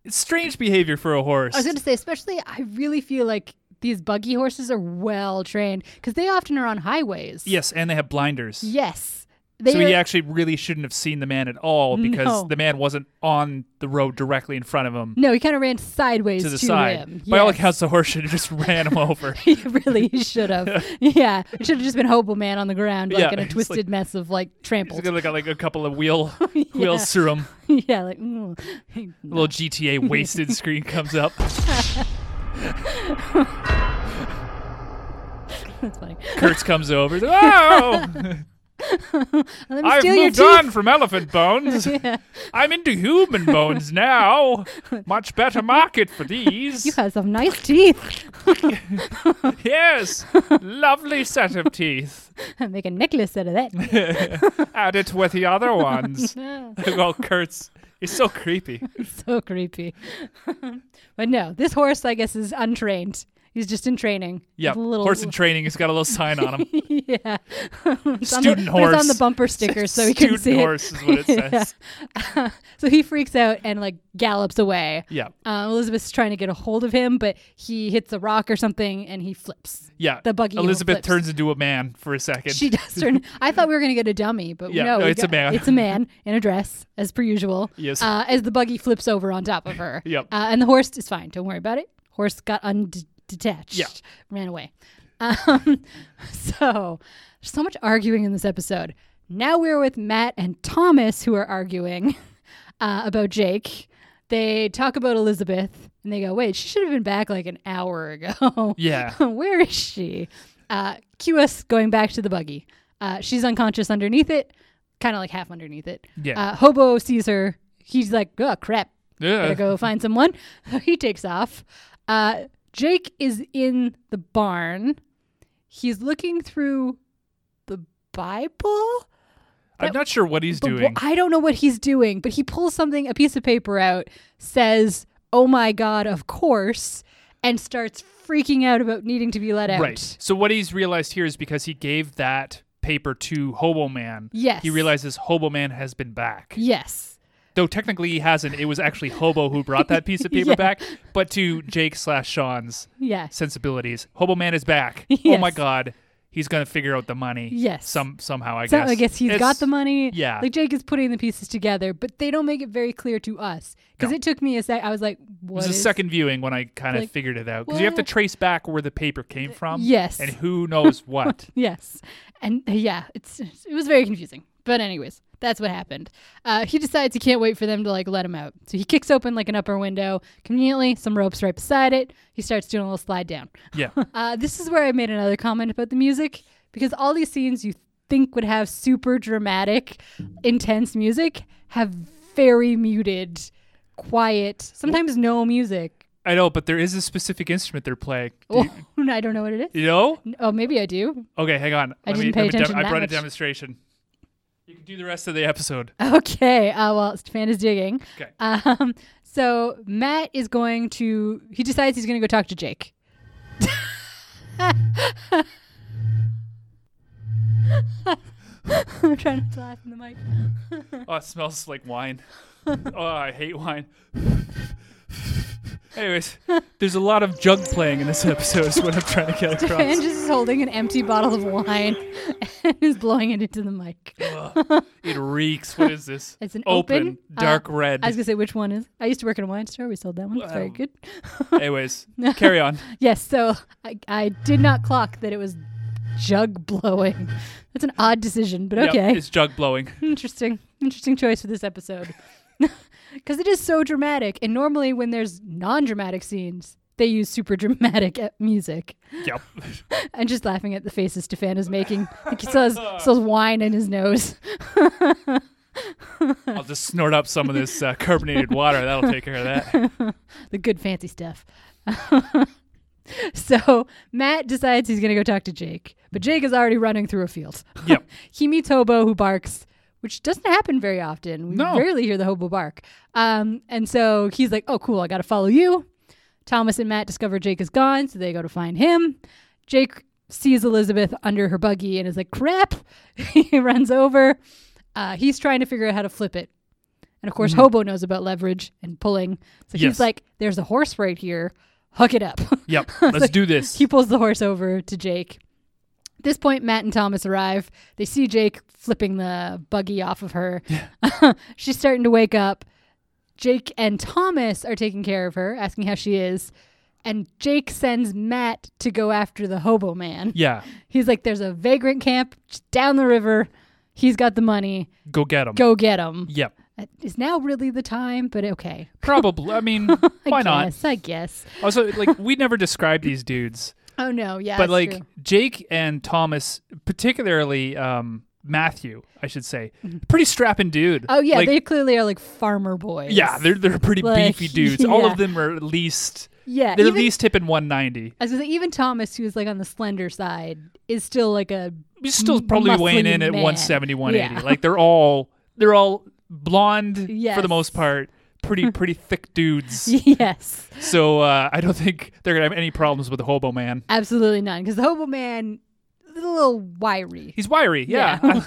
Speaker 2: It's strange behavior for a horse.
Speaker 1: I was going to say, especially, I really feel like these buggy horses are well trained because they often are on highways.
Speaker 2: yes, and they have blinders.
Speaker 1: Yes. They
Speaker 2: so he
Speaker 1: are-
Speaker 2: actually really shouldn't have seen the man at all because
Speaker 1: No.
Speaker 2: the man wasn't on the road directly in front of him
Speaker 1: no, he kind of ran sideways
Speaker 2: to the side.
Speaker 1: him.
Speaker 2: By all
Speaker 1: Yes.
Speaker 2: accounts, the horse should have just ran him
Speaker 1: (laughs)
Speaker 2: over.
Speaker 1: he really should
Speaker 2: (laughs)
Speaker 1: have. yeah. It should have just been Hobo Man on the ground, like
Speaker 2: Yeah,
Speaker 1: in a
Speaker 2: it's like-
Speaker 1: twisted mess of like
Speaker 2: He's
Speaker 1: trampled. (laughs)
Speaker 2: got like, a- like a couple of wheel wheels through him.
Speaker 1: yeah. Like, mm. (laughs)
Speaker 2: A little GTA wasted screen comes up.
Speaker 1: that's funny.
Speaker 2: Kurtz comes over.
Speaker 1: (laughs)
Speaker 2: Oh,
Speaker 1: Let me
Speaker 2: I've
Speaker 1: steal your
Speaker 2: moved
Speaker 1: teeth.
Speaker 2: on from
Speaker 1: (laughs)
Speaker 2: elephant bones. I'm into human bones now. Much better market for these.
Speaker 1: You have some nice teeth. (laughs)
Speaker 2: Yes, lovely set of teeth.
Speaker 1: Make a necklace out of that. (laughs)
Speaker 2: Add it with the other ones.
Speaker 1: Ah,
Speaker 2: (laughs) well, Kurtz is so creepy.
Speaker 1: so creepy. (laughs) but no, this horse, I guess, is untrained. He's just in training.
Speaker 2: Yeah,
Speaker 1: With a little, (laughs)
Speaker 2: horse in training. He's got a little sign on him.
Speaker 1: yeah. It's on the, but
Speaker 2: Student
Speaker 1: It's on
Speaker 2: horse.
Speaker 1: the bumper sticker, so he can
Speaker 2: Student
Speaker 1: see
Speaker 2: horse is what it
Speaker 1: Yeah.
Speaker 2: says.
Speaker 1: (laughs) So he freaks out and like gallops away.
Speaker 2: Yeah,
Speaker 1: Uh, Elizabeth's trying to get a hold of him, but he hits a rock or something and he flips.
Speaker 2: yeah.
Speaker 1: The buggy
Speaker 2: Elizabeth
Speaker 1: flips.
Speaker 2: turns into a man for a second.
Speaker 1: She does turn. I thought we were going to get a dummy, but
Speaker 2: Yeah,
Speaker 1: no,
Speaker 2: no,
Speaker 1: we
Speaker 2: it's a
Speaker 1: got-
Speaker 2: man.
Speaker 1: It's a man in a dress, as per usual.
Speaker 2: Yes.
Speaker 1: Uh, as the buggy flips over on top of her.
Speaker 2: (laughs) Yep.
Speaker 1: Uh, and the horse is fine. Don't worry about it. Horse got undetached.
Speaker 2: Yeah.
Speaker 1: Ran away. Um, (laughs) so there's so much arguing in this episode. Now we're with Matt and Thomas, who are arguing (laughs) uh, about Jake. They talk about Elizabeth, and they go, "Wait, she should have been back like an hour ago."
Speaker 2: Yeah.
Speaker 1: (laughs) Where is she? Uh, cue us going back to the buggy. Uh, she's unconscious underneath it, kind of like half underneath it.
Speaker 2: Yeah.
Speaker 1: Uh, Hobo sees her. He's like, oh, crap.
Speaker 2: yeah.
Speaker 1: Gotta go find someone. (laughs) So he takes off. Uh, Jake is in the barn. He's looking through the Bible.
Speaker 2: I'm not sure what he's
Speaker 1: But wh-
Speaker 2: doing.
Speaker 1: I don't know what he's doing, but he pulls something, a piece of paper out, says, oh my God, of course, and starts freaking out about needing to be let out.
Speaker 2: Right. So what he's realized here is because he gave that paper to Hobo Man.
Speaker 1: Yes.
Speaker 2: He realizes Hobo Man has been back.
Speaker 1: Yes.
Speaker 2: Though technically he hasn't. It was actually Hobo who brought that
Speaker 1: (laughs)
Speaker 2: piece of paper
Speaker 1: Yeah.
Speaker 2: back. But to Jake slash Sean's
Speaker 1: Yes.
Speaker 2: sensibilities, Hobo Man is back. Oh
Speaker 1: Yes.
Speaker 2: my God. He's gonna figure out the money.
Speaker 1: Yes.
Speaker 2: Some somehow I
Speaker 1: So
Speaker 2: guess.
Speaker 1: I guess he's
Speaker 2: It's-
Speaker 1: got the money.
Speaker 2: yeah.
Speaker 1: Like Jake is putting the pieces together, but they don't make it very clear to us because
Speaker 2: No.
Speaker 1: it took me a sec. I was like,
Speaker 2: It
Speaker 1: "What?"
Speaker 2: was a
Speaker 1: is-
Speaker 2: second viewing when I kind of
Speaker 1: like,
Speaker 2: figured it out because you have to
Speaker 1: what? Uh,
Speaker 2: trace back where the paper came from.
Speaker 1: Yes.
Speaker 2: And
Speaker 1: (laughs)
Speaker 2: who knows what.
Speaker 1: Yes, and uh, yeah, it's it was very confusing. But anyways, that's what happened. Uh, he decides he can't wait for them to like let him out, so he kicks open like an upper window. Conveniently, some ropes right beside it. He starts doing a little slide down.
Speaker 2: yeah.
Speaker 1: Uh, this is where I made another comment about the music because all these scenes you think would have super dramatic, intense music have very muted, quiet, sometimes no music.
Speaker 2: I know, but there is a specific instrument they're playing. Do
Speaker 1: Oh,
Speaker 2: you-
Speaker 1: (laughs) I don't know what it is.
Speaker 2: you know?
Speaker 1: Oh, maybe I do. (laughs)
Speaker 2: Okay, hang on.
Speaker 1: I didn't pay
Speaker 2: dem-
Speaker 1: attention
Speaker 2: I
Speaker 1: that
Speaker 2: brought
Speaker 1: much.
Speaker 2: a demonstration. You can do the rest of the episode.
Speaker 1: Okay. Uh, well, Stefan is digging.
Speaker 2: Okay.
Speaker 1: Um, so Matt is going to. He decides he's going to go talk to
Speaker 2: (laughs)
Speaker 1: Jake. (laughs) I'm trying not to laugh in the mic.
Speaker 2: Oh, it smells
Speaker 1: (laughs)
Speaker 2: like wine. oh, I hate wine. Anyways, there's a lot of jug playing in this episode. Is what I'm trying to
Speaker 1: (laughs)
Speaker 2: get
Speaker 1: Fan
Speaker 2: across.
Speaker 1: just is holding an empty bottle of wine (laughs) and is blowing it into the mic.
Speaker 2: It reeks. What is this?
Speaker 1: It's an
Speaker 2: open,
Speaker 1: open,
Speaker 2: dark
Speaker 1: uh,
Speaker 2: red.
Speaker 1: I was gonna say which one is. I used to work in a wine store. We sold that one. It's very
Speaker 2: Wow.
Speaker 1: good.
Speaker 2: Anyways, carry on.
Speaker 1: (laughs) Yes. So I, I did not clock that it was jug blowing. That's an odd decision, but
Speaker 2: Yep,
Speaker 1: okay.
Speaker 2: it's
Speaker 1: (laughs)
Speaker 2: jug blowing.
Speaker 1: Interesting. Interesting choice for this (laughs) episode. Because it is so dramatic. And normally, when there's non dramatic scenes, they use super dramatic (laughs) e- music.
Speaker 2: Yep.
Speaker 1: I'm just laughing at the faces Stefan is making. I think he
Speaker 2: (laughs)
Speaker 1: still has, still has wine in his nose. (laughs)
Speaker 2: I'll just snort up some of this uh, carbonated water. That'll take care
Speaker 1: (laughs)
Speaker 2: of that.
Speaker 1: the good fancy stuff. (laughs) so Matt decides he's going to go talk to Jake, but Jake is already running through a field.
Speaker 2: Mm-hmm. (laughs) Yep.
Speaker 1: (laughs) he meets Hobo who barks, which doesn't happen very often. We
Speaker 2: No.
Speaker 1: rarely hear the hobo bark. Um, and so he's like, oh, cool, I got to follow you. Thomas and Matt discover Jake is gone, so they go to find him. Jake sees Elizabeth under her buggy and is like, crap. (laughs) he runs over. Uh, he's trying to figure out how to flip it. And of course, Hobo knows about leverage and pulling. So he's
Speaker 2: Yes.
Speaker 1: like, there's a horse right here. Hook it up. (laughs)
Speaker 2: Yep. Let's do this.
Speaker 1: he pulls the horse over to Jake. At this point, Matt and Thomas arrive. They see Jake flipping the buggy off of her. (laughs) She's starting to wake up. Jake and Thomas are taking care of her, asking how she is. And Jake sends Matt to go after the hobo man.
Speaker 2: Yeah.
Speaker 1: He's like, there's a vagrant camp down the river. He's got the money.
Speaker 2: Go get him.
Speaker 1: Go get him.
Speaker 2: Yep.
Speaker 1: Is now really the time? But okay.
Speaker 2: Probably. I mean,
Speaker 1: (laughs) I
Speaker 2: why not?
Speaker 1: guess, I guess.
Speaker 2: Also, like we never described these dudes,
Speaker 1: Oh, no. Yeah.
Speaker 2: but
Speaker 1: it's
Speaker 2: like
Speaker 1: true.
Speaker 2: Jake and Thomas, particularly um, Matthew, I should say, pretty strapping dude.
Speaker 1: Mm-hmm. Oh yeah,
Speaker 2: Like,
Speaker 1: they clearly are like farmer boys.
Speaker 2: yeah, they're they're pretty
Speaker 1: Like, (laughs)
Speaker 2: beefy dudes. All
Speaker 1: yeah.
Speaker 2: of them are at least
Speaker 1: yeah.
Speaker 2: they're
Speaker 1: Even,
Speaker 2: at least tipping 190.
Speaker 1: I was gonna say, even Thomas, who's like on the slender side, is still like a (laughs)
Speaker 2: He's still probably
Speaker 1: muscly
Speaker 2: weighing in at
Speaker 1: man.
Speaker 2: 170, 180.
Speaker 1: Yeah.
Speaker 2: Like they're all they're all
Speaker 1: (laughs)
Speaker 2: blonde for
Speaker 1: Yes.
Speaker 2: the most part.
Speaker 1: (laughs)
Speaker 2: Pretty pretty thick dudes.
Speaker 1: yes,
Speaker 2: So uh, I don't (laughs) think they're gonna have any problems with the hobo man.
Speaker 1: absolutely none. Because the hobo man, is a little wiry.
Speaker 2: He's wiry. Yeah.
Speaker 1: (laughs)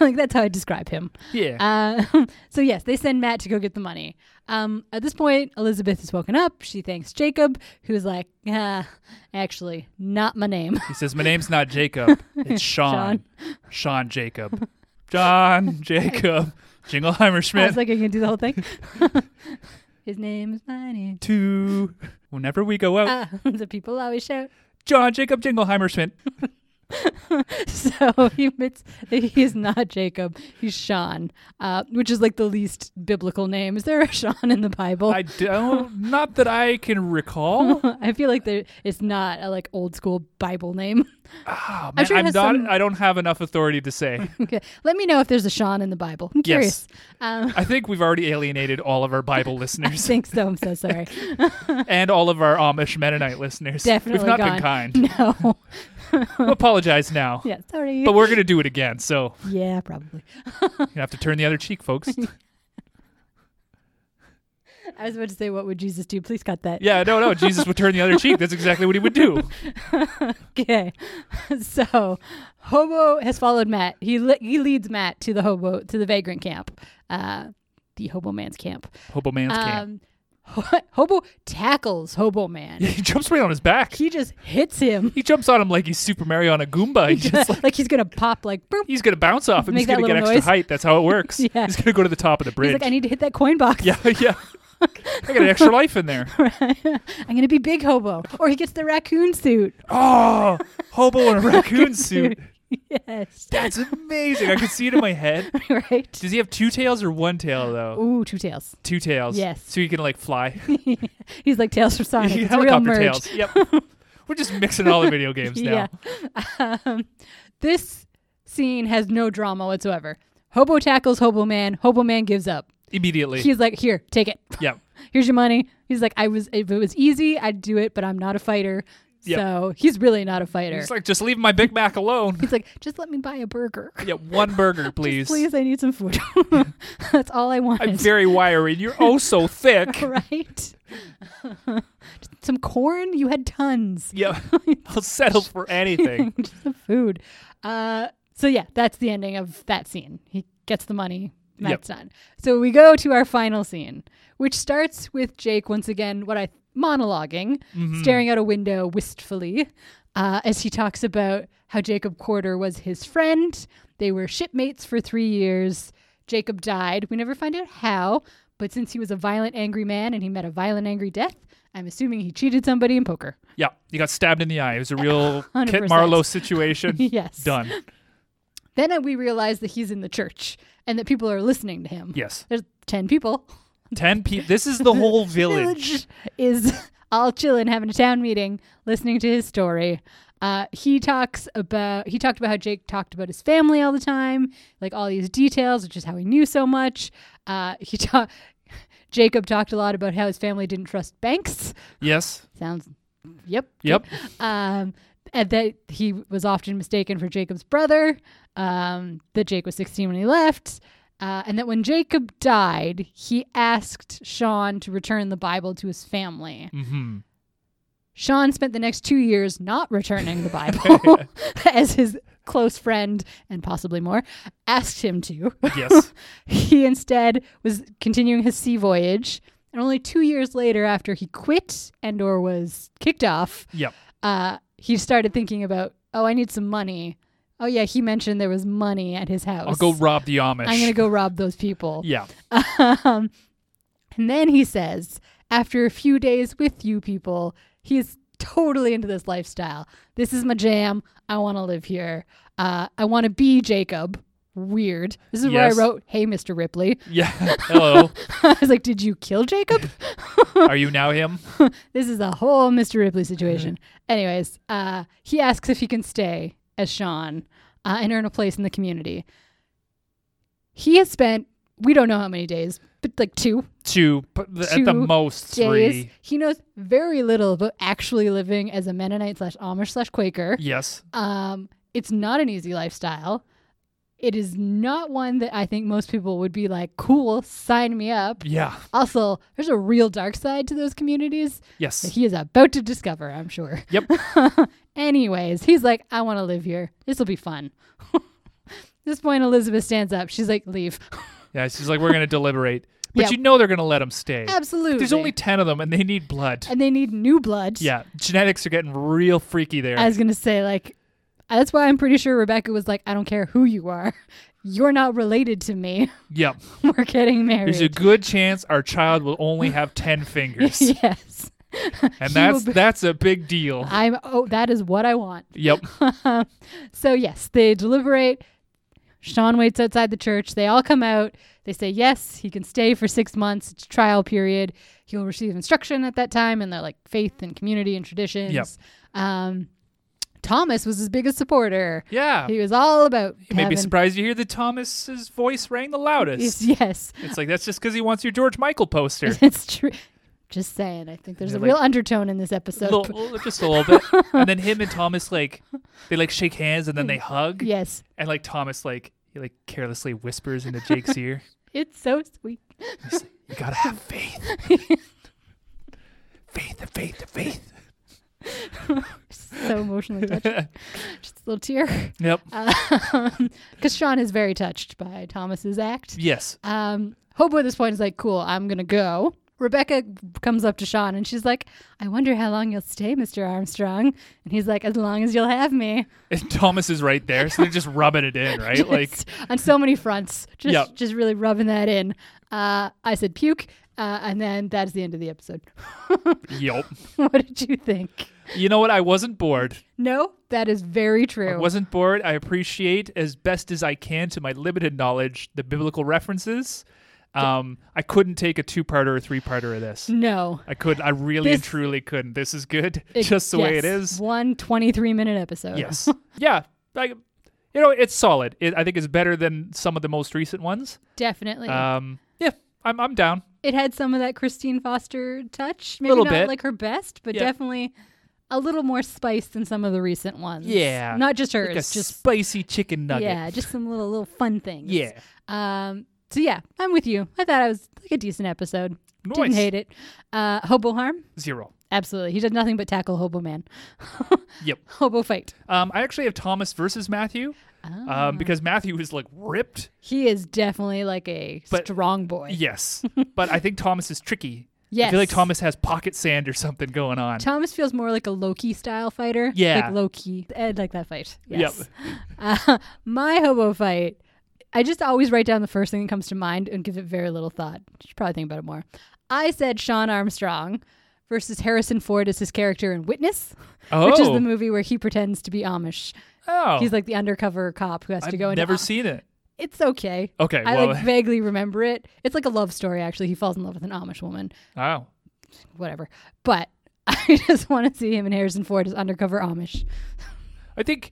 Speaker 1: like that's how I describe him.
Speaker 2: (laughs) yeah.
Speaker 1: (laughs) Uh, so yes, they send Matt to go get the money. Um, at this point, Elizabeth is woken up. She thanks Jacob, who's like, ah, actually, not my name. (laughs)
Speaker 2: He says, "My name's not Jacob. It's Sean. Sean, Jacob.
Speaker 1: (laughs)
Speaker 2: John Jacob. Jingleheimer
Speaker 1: I
Speaker 2: Schmidt.
Speaker 1: was like, I can do the whole thing. (laughs) His name is my name. (laughs)
Speaker 2: Two. Whenever we go out,
Speaker 1: Ah, (laughs) the people always shout. (laughs)
Speaker 2: John Jacob Jingleheimer Schmidt.
Speaker 1: So he admits that he is not Jacob. He's Sean, uh, which is like the least biblical name. Is there a (laughs) Sean in the Bible? (laughs)
Speaker 2: I
Speaker 1: I,
Speaker 2: don't. Not that I can recall.
Speaker 1: feel like there, it's not a like old school Bible name. (laughs)
Speaker 2: Oh,
Speaker 1: I'm
Speaker 2: man,
Speaker 1: sure it
Speaker 2: I'm
Speaker 1: has
Speaker 2: not.
Speaker 1: some-
Speaker 2: I don't have enough authority to
Speaker 1: (laughs)
Speaker 2: say.
Speaker 1: okay, let me know if there's a Sean in the Bible. I'm curious. Um,
Speaker 2: I think we've already alienated all of our
Speaker 1: (laughs)
Speaker 2: Bible (laughs)
Speaker 1: I
Speaker 2: listeners
Speaker 1: think so. I'm so sorry. (laughs)
Speaker 2: and all of our Amish Mennonite listeners.
Speaker 1: Definitely
Speaker 2: we've not
Speaker 1: gone.
Speaker 2: been
Speaker 1: (laughs)
Speaker 2: kind. (laughs)
Speaker 1: No. (laughs)
Speaker 2: Apologize now,
Speaker 1: Yeah. Sorry.
Speaker 2: but we're gonna do it again. So
Speaker 1: yeah, probably.
Speaker 2: you have to turn the other
Speaker 1: (laughs)
Speaker 2: cheek, folks.
Speaker 1: I was about to say, what would Jesus do? Please cut that.
Speaker 2: Yeah, no, no. Jesus would turn the other cheek. That's exactly what he would do.
Speaker 1: (laughs) Okay, (laughs) so Hobo has followed Matt. He le- he leads Matt to the hobo to the vagrant camp, uh, the hobo man's camp.
Speaker 2: Hobo man's camp. (laughs)
Speaker 1: Um, ho- hobo tackles hobo
Speaker 2: (laughs)
Speaker 1: man.
Speaker 2: He jumps right on his back.
Speaker 1: he just hits
Speaker 2: (laughs)
Speaker 1: him
Speaker 2: He jumps on him like he's Super Mario on a (laughs) Goomba. He's just
Speaker 1: (laughs)
Speaker 2: like
Speaker 1: like, he's gonna pop like boom.
Speaker 2: he's gonna bounce off him.
Speaker 1: Make
Speaker 2: He's
Speaker 1: that
Speaker 2: gonna get
Speaker 1: little
Speaker 2: extra
Speaker 1: noise.
Speaker 2: height. That's (laughs) how it works.
Speaker 1: Yeah.
Speaker 2: He's gonna go to the top of the
Speaker 1: He's
Speaker 2: bridge.
Speaker 1: like, I need to hit that coin box.
Speaker 2: (laughs) yeah, yeah. I got an extra life in there.
Speaker 1: (laughs) I'm gonna be big hobo. Or he gets the raccoon suit.
Speaker 2: (laughs)
Speaker 1: (laughs)
Speaker 2: Oh, hobo in (laughs) a raccoon suit.
Speaker 1: Yes, (laughs)
Speaker 2: That's amazing. I could see it in my (laughs) head.
Speaker 1: right.
Speaker 2: Does he have two tails or one tail though?
Speaker 1: Ooh, two tails.
Speaker 2: Two tails.
Speaker 1: Yes.
Speaker 2: So he can like (laughs) fly.
Speaker 1: He's like tails from Sonic. It's a real
Speaker 2: Helicopter
Speaker 1: merge.
Speaker 2: tails. Yep. (laughs) We're just mixing all the video (laughs) games now.
Speaker 1: Yeah. (laughs) Um, this scene has no drama whatsoever. Hobo tackles Hobo Man. Hobo Man gives up.
Speaker 2: Immediately.
Speaker 1: He's like, "Here, take it.
Speaker 2: yep.
Speaker 1: Here's your money." He's like, "I was if it was easy, I'd do it, but I'm not a fighter."
Speaker 2: Yep.
Speaker 1: So he's really not a fighter.
Speaker 2: He's like, just leave my Big Mac (laughs) alone.
Speaker 1: he's like, "Just let me buy a burger,
Speaker 2: Yeah, one burger,
Speaker 1: (laughs)
Speaker 2: (laughs) please.
Speaker 1: please. I need some food. That's all I wanted."
Speaker 2: I'm very wiry. and You're oh so thick.
Speaker 1: (laughs) right. (laughs) some corn. You had tons.
Speaker 2: Yeah, I'll settle for
Speaker 1: (laughs)
Speaker 2: anything.
Speaker 1: just the food. Uh, so yeah, that's the ending of that scene. He gets the money.
Speaker 2: Yep.
Speaker 1: Matt's done. So we go to our final scene, which starts with Jake once again. What I monologuing, staring out a window wistfully, uh, as he talks about how Jacob Porter was his friend. They were shipmates for three years. Jacob died. We never find out how, but since he was a violent, angry man and he met a violent, angry death, I'm assuming he cheated somebody in poker.
Speaker 2: Yeah, you got stabbed in the eye. It was a real
Speaker 1: 100%.
Speaker 2: Kit Marlowe situation.
Speaker 1: (laughs) Yes.
Speaker 2: Done.
Speaker 1: Then uh, we realize that he's in the church and that people are listening to him.
Speaker 2: Yes.
Speaker 1: There's 10 people. (laughs)
Speaker 2: Ten people. This is the whole village.
Speaker 1: Is (laughs) all chillin', having a town meeting, listening to his story. Uh, he talks about he talked about how Jake talked about his family all the time, like all these details, which is how he knew so much. Uh, he talked. (laughs) Jacob talked a lot about how his family didn't trust banks.
Speaker 2: Yes.
Speaker 1: Sounds, yep.
Speaker 2: Yep.
Speaker 1: (laughs) Um, and that he was often mistaken for Jacob's brother. Um, that Jake was 16 when he left. Uh, and that when Jacob died, he asked Sean to return the Bible to his family.
Speaker 2: Mm-hmm.
Speaker 1: Sean spent the next two years not returning
Speaker 2: (laughs)
Speaker 1: the Bible (laughs) as his close friend and possibly more asked him to. (laughs)
Speaker 2: Yes.
Speaker 1: He instead was continuing his sea voyage, and only two years later, after he quit and/or was kicked off,
Speaker 2: yep.
Speaker 1: uh, he started thinking about, "Oh, I need some money." Oh yeah, he mentioned there was money at his house.
Speaker 2: I'll go rob the Amish.
Speaker 1: I'm gonna go rob those people.
Speaker 2: Yeah.
Speaker 1: Um, and then he says, after a few days with you people, he's totally into this lifestyle. This is my jam. I want to live here. Uh, I want to be Jacob. Weird. This is
Speaker 2: Yes.
Speaker 1: where I wrote, "Hey, Mr. Ripley." (laughs)
Speaker 2: Yeah. Hello.
Speaker 1: I was like, "Did you kill Jacob?"
Speaker 2: Are you now him?
Speaker 1: this is a whole Mr. Ripley situation. Anyways, uh, he asks if he can stay as Sean uh, and earn a place in the community. He has spent we don't know how many days, but like two,
Speaker 2: Two, but th- at the
Speaker 1: Two
Speaker 2: most
Speaker 1: days.
Speaker 2: three.
Speaker 1: He knows very little about actually living as a Mennonite slash Amish slash Quaker.
Speaker 2: Yes.
Speaker 1: Um, it's not an easy lifestyle. It is not one that I think most people would be like, cool, sign me up.
Speaker 2: Yeah.
Speaker 1: Also, there's a real dark side to those communities that
Speaker 2: Yes.
Speaker 1: he is about to discover, I'm sure.
Speaker 2: Yep.
Speaker 1: (laughs) Anyways, he's like, I want to live here. This will be fun. (laughs) At this point, Elizabeth stands up. She's like, leave. (laughs)
Speaker 2: Yeah. She's like, we're gonna deliberate, but
Speaker 1: Yeah.
Speaker 2: you know they're gonna let him stay.
Speaker 1: Absolutely.
Speaker 2: There's only ten of them, and they need blood.
Speaker 1: and they need new blood.
Speaker 2: yeah. Genetics are getting real freaky there.
Speaker 1: I was gonna say like that's why I'm pretty sure Rebecca was like, I don't care who you are, (laughs) you're not related to me. (laughs)
Speaker 2: yep.
Speaker 1: We're getting
Speaker 2: There's a
Speaker 1: married.
Speaker 2: good chance our child will only
Speaker 1: (laughs)
Speaker 2: have ten fingers,
Speaker 1: yes,
Speaker 2: and
Speaker 1: He will
Speaker 2: that's
Speaker 1: be-
Speaker 2: that's a big deal.
Speaker 1: I'm. Oh, that is what I want. (laughs)
Speaker 2: yep.
Speaker 1: So yes, they deliberate. Sean waits outside the church. They all come out. They say yes, he can stay for six months. It's trial period. He'll receive instruction at that time, and they're like faith and community and traditions.
Speaker 2: Yep.
Speaker 1: Um, Thomas was his biggest supporter.
Speaker 2: Yeah.
Speaker 1: He was all about.
Speaker 2: You may be
Speaker 1: having-
Speaker 2: surprised to hear that Thomas's voice rang the
Speaker 1: (laughs)
Speaker 2: loudest.
Speaker 1: Yes.
Speaker 2: It's like that's just because he wants your George Michael poster.
Speaker 1: It's true. Just saying. I think there's
Speaker 2: Yeah,
Speaker 1: a
Speaker 2: like-
Speaker 1: real undertone in this episode.
Speaker 2: Little- (laughs) little- just a little bit, and then him and Thomas like they like shake hands and
Speaker 1: (laughs)
Speaker 2: then they hug,
Speaker 1: (laughs) yes.
Speaker 2: and like Thomas like he like carelessly whispers into Jake's
Speaker 1: (laughs)
Speaker 2: ear,
Speaker 1: It's so sweet.
Speaker 2: "You gotta have
Speaker 1: (laughs)
Speaker 2: faith, faith, and faith, and faith." (laughs)
Speaker 1: So emotionally touched. Just a little tear. (laughs)
Speaker 2: Yep.
Speaker 1: Because Sean is very touched by Thomas's act.
Speaker 2: yes.
Speaker 1: Um, Hobo at this point is like, cool, I'm going to go. Rebecca comes up to Sean and she's like, I wonder how long you'll stay, Mr. Armstrong. And he's like, as long as you'll have me.
Speaker 2: And Thomas is right there, so they're just rubbing it in,
Speaker 1: (laughs)
Speaker 2: right? (laughs) like,
Speaker 1: Just on so many fronts. Just,
Speaker 2: Yep.
Speaker 1: just really rubbing that in. Uh, I said puke. Uh, and then that's the end of the episode. (laughs)
Speaker 2: yup.
Speaker 1: what did you think?
Speaker 2: You know what? I wasn't bored.
Speaker 1: No, that is very true.
Speaker 2: I wasn't bored. I appreciate as best as I can to my limited knowledge the biblical references. Um, I couldn't take a two-parter or three-parter of this.
Speaker 1: no.
Speaker 2: I couldn't. I really and
Speaker 1: This-
Speaker 2: truly couldn't. This is good, (laughs)
Speaker 1: It-
Speaker 2: just the way it
Speaker 1: yes, (laughs)
Speaker 2: is.
Speaker 1: One 23 minute episode.
Speaker 2: Yes. yeah. Like, you know, it's solid. It, I think it's better than some of the most recent ones.
Speaker 1: Definitely.
Speaker 2: Um, yeah, I'm I'm down.
Speaker 1: it had some of that Christine Foster touch. Maybe
Speaker 2: Little
Speaker 1: not
Speaker 2: bit.
Speaker 1: like her best, but
Speaker 2: Yeah.
Speaker 1: definitely a little more spice than some of the recent ones.
Speaker 2: Yeah.
Speaker 1: Not just hers,
Speaker 2: Like a
Speaker 1: just
Speaker 2: spicy chicken nugget.
Speaker 1: yeah, just some little little fun things.
Speaker 2: Yeah.
Speaker 1: Um so yeah, I'm with you. I thought I was like a decent episode.
Speaker 2: Nice.
Speaker 1: Didn't hate it. Uh Hobo Harm?
Speaker 2: Zero.
Speaker 1: Absolutely. He did nothing but tackle Hobo Man. (laughs)
Speaker 2: Yep.
Speaker 1: Hobo Fight.
Speaker 2: Um, I actually have Thomas versus Matthew.
Speaker 1: Ah.
Speaker 2: Um, because Matthew is like ripped.
Speaker 1: He is definitely like a
Speaker 2: But-
Speaker 1: strong boy. (laughs)
Speaker 2: Yes. but I think Thomas is tricky. I
Speaker 1: Yes.
Speaker 2: feel like Thomas has pocket sand or something going on.
Speaker 1: Thomas feels more like a Loki style fighter.
Speaker 2: Yeah.
Speaker 1: Like Loki. I like that fight.
Speaker 2: Yep.
Speaker 1: Yes. Uh, (laughs) my hobo fight, I just always write down the first thing that comes to mind and give it very little thought. Should probably think about it more. I said Sean Armstrong versus Harrison Ford as his character in Witness, (laughs)
Speaker 2: Oh.
Speaker 1: which is the movie where he pretends to be Amish.
Speaker 2: oh.
Speaker 1: He's like the undercover cop who has
Speaker 2: I've
Speaker 1: to go into
Speaker 2: never
Speaker 1: Am-
Speaker 2: seen it.
Speaker 1: It's okay.
Speaker 2: Okay,
Speaker 1: I
Speaker 2: well- (laughs)
Speaker 1: like vaguely remember it. It's like a love story actually. He falls in love with an Amish woman
Speaker 2: Wow.
Speaker 1: whatever. But (laughs) I just want to see him and Harrison Ford as undercover Amish.
Speaker 2: I think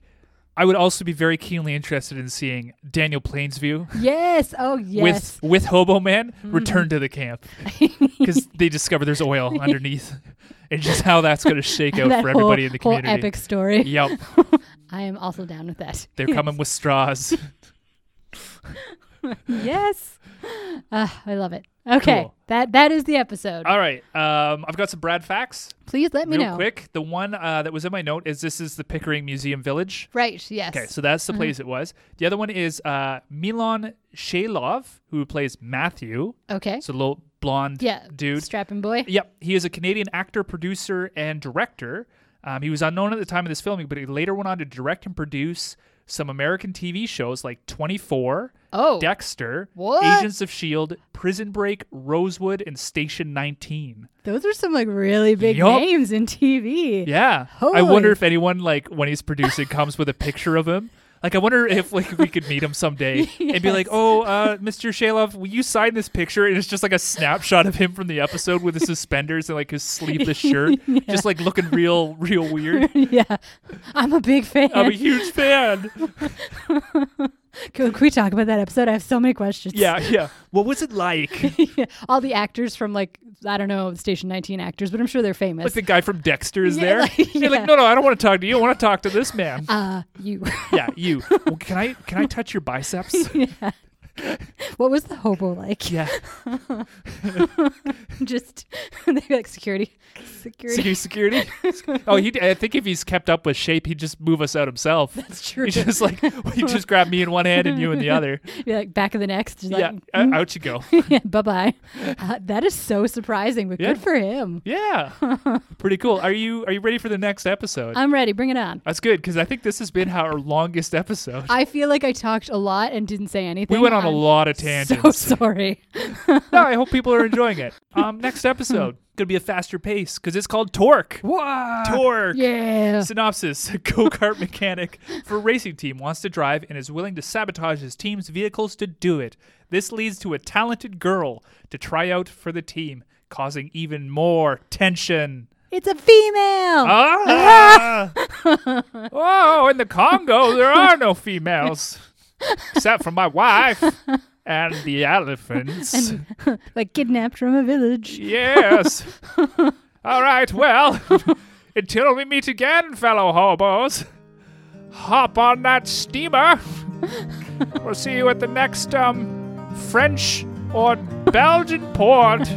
Speaker 2: I would also be very keenly interested in seeing Daniel Plainsview
Speaker 1: Yes. Oh, yes. Mm.
Speaker 2: with with Hobo Man return to the camp
Speaker 1: (laughs)
Speaker 2: because they discover there's oil underneath, and just how that's going to shake out
Speaker 1: that
Speaker 2: for
Speaker 1: whole,
Speaker 2: everybody in the
Speaker 1: whole
Speaker 2: community.
Speaker 1: epic
Speaker 2: (laughs)
Speaker 1: story.
Speaker 2: Yep,
Speaker 1: I am also down with
Speaker 2: (laughs)
Speaker 1: that. (laughs)
Speaker 2: they're coming with straws.
Speaker 1: yes. (laughs) Ah, I love it. Okay.
Speaker 2: Cool.
Speaker 1: That that is the episode.
Speaker 2: All right, um, I've got some Brad facts.
Speaker 1: Please let me
Speaker 2: Real
Speaker 1: know.
Speaker 2: quick, the one uh, that was in my note is this is the Pickering Museum Village.
Speaker 1: Right. Yes.
Speaker 2: Okay, so that's the
Speaker 1: Mm-hmm.
Speaker 2: place it was. The other one is uh, Milan Shalov, who plays Matthew.
Speaker 1: Okay.
Speaker 2: So little blonde
Speaker 1: yeah.
Speaker 2: dude.
Speaker 1: Strapping boy.
Speaker 2: Yep, he is a Canadian actor, producer, and director. Um, he was unknown at the time of this filming, but he later went on to direct and produce some American TV shows like 24,
Speaker 1: Oh.
Speaker 2: Dexter,
Speaker 1: What?
Speaker 2: Agents of S.H.I.E.L.D., E Prison Break, Rosewood, and Station 19.
Speaker 1: Those are some like really big
Speaker 2: Yup.
Speaker 1: names in TV.
Speaker 2: Yeah. I
Speaker 1: Holy.
Speaker 2: wonder if anyone like when he's producing comes with a picture of him. Like I wonder if like we could meet
Speaker 1: (laughs)
Speaker 2: him someday and be like, "Oh, uh, Mr. Shalov, will you sign this picture?" And it's just like a snapshot of him from the episode with his suspenders and like his
Speaker 1: (laughs)
Speaker 2: sleeveless shirt, just like looking real, real weird.
Speaker 1: (laughs) yeah. I'm a big fan.
Speaker 2: I'm a huge fan.
Speaker 1: can, can we talk about that episode? I have so many questions.
Speaker 2: Yeah, yeah. What was it like?
Speaker 1: (laughs) Yeah. All the actors from like I don't know Station 19 actors, but I'm sure they're famous.
Speaker 2: (laughs) Like the guy from Dexter is
Speaker 1: Yeah,
Speaker 2: there.
Speaker 1: like-
Speaker 2: You're
Speaker 1: yeah.
Speaker 2: like, no, no, I don't want to talk to you. I want to talk to this man.
Speaker 1: uh, you. (laughs)
Speaker 2: yeah, you. Well, can I can I touch your biceps?
Speaker 1: yeah. What was the hobo like?
Speaker 2: yeah.
Speaker 1: (laughs) Just (laughs) they be like security, security.
Speaker 2: Security. (laughs) security. oh, he. I think if he's kept up with shape, he'd just move us out himself.
Speaker 1: That's (laughs) true.
Speaker 2: He's just like he just grab me in one hand and you in the other.
Speaker 1: Be like back of the neck. Just
Speaker 2: Yeah,
Speaker 1: (laughs) like, hmm. (laughs)
Speaker 2: uh, out you go. (laughs)
Speaker 1: bye bye. Uh, that is so surprising, but
Speaker 2: Yeah.
Speaker 1: good for him. (laughs)
Speaker 2: Yeah, pretty cool. Are you are you ready for the next episode?
Speaker 1: I'm ready. Bring it on.
Speaker 2: That's good because I think this has been our longest episode.
Speaker 1: I feel like I talked a lot and didn't say anything.
Speaker 2: we went on
Speaker 1: I'm
Speaker 2: a lot of
Speaker 1: So
Speaker 2: tangents.
Speaker 1: sorry.
Speaker 2: no, I hope people are
Speaker 1: (laughs)
Speaker 2: enjoying it. Um, next episode gonna be a faster pace because it's called Torque.
Speaker 1: Wow.
Speaker 2: Torque.
Speaker 1: Yeah.
Speaker 2: Synopsis (laughs) A go kart mechanic for racing team wants to drive and is willing to sabotage his team's vehicles to do it. This leads to a talented girl to try out for the team, causing even more tension.
Speaker 1: It's a female.
Speaker 2: Uh, Ah! oh, in the Congo, there are no females except for my wife and the elephants.
Speaker 1: like kidnapped from a village.
Speaker 2: Yes. All right, well, (laughs) until we meet again, fellow hobos, hop on that steamer. We'll see you at the next um, French or Belgian port.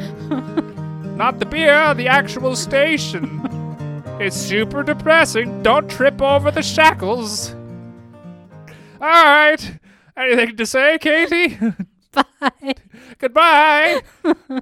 Speaker 2: Not the beer, the actual station. It's super depressing. Don't trip over the shackles. All right. Anything to say, Katie?
Speaker 1: Bye.
Speaker 2: Goodbye.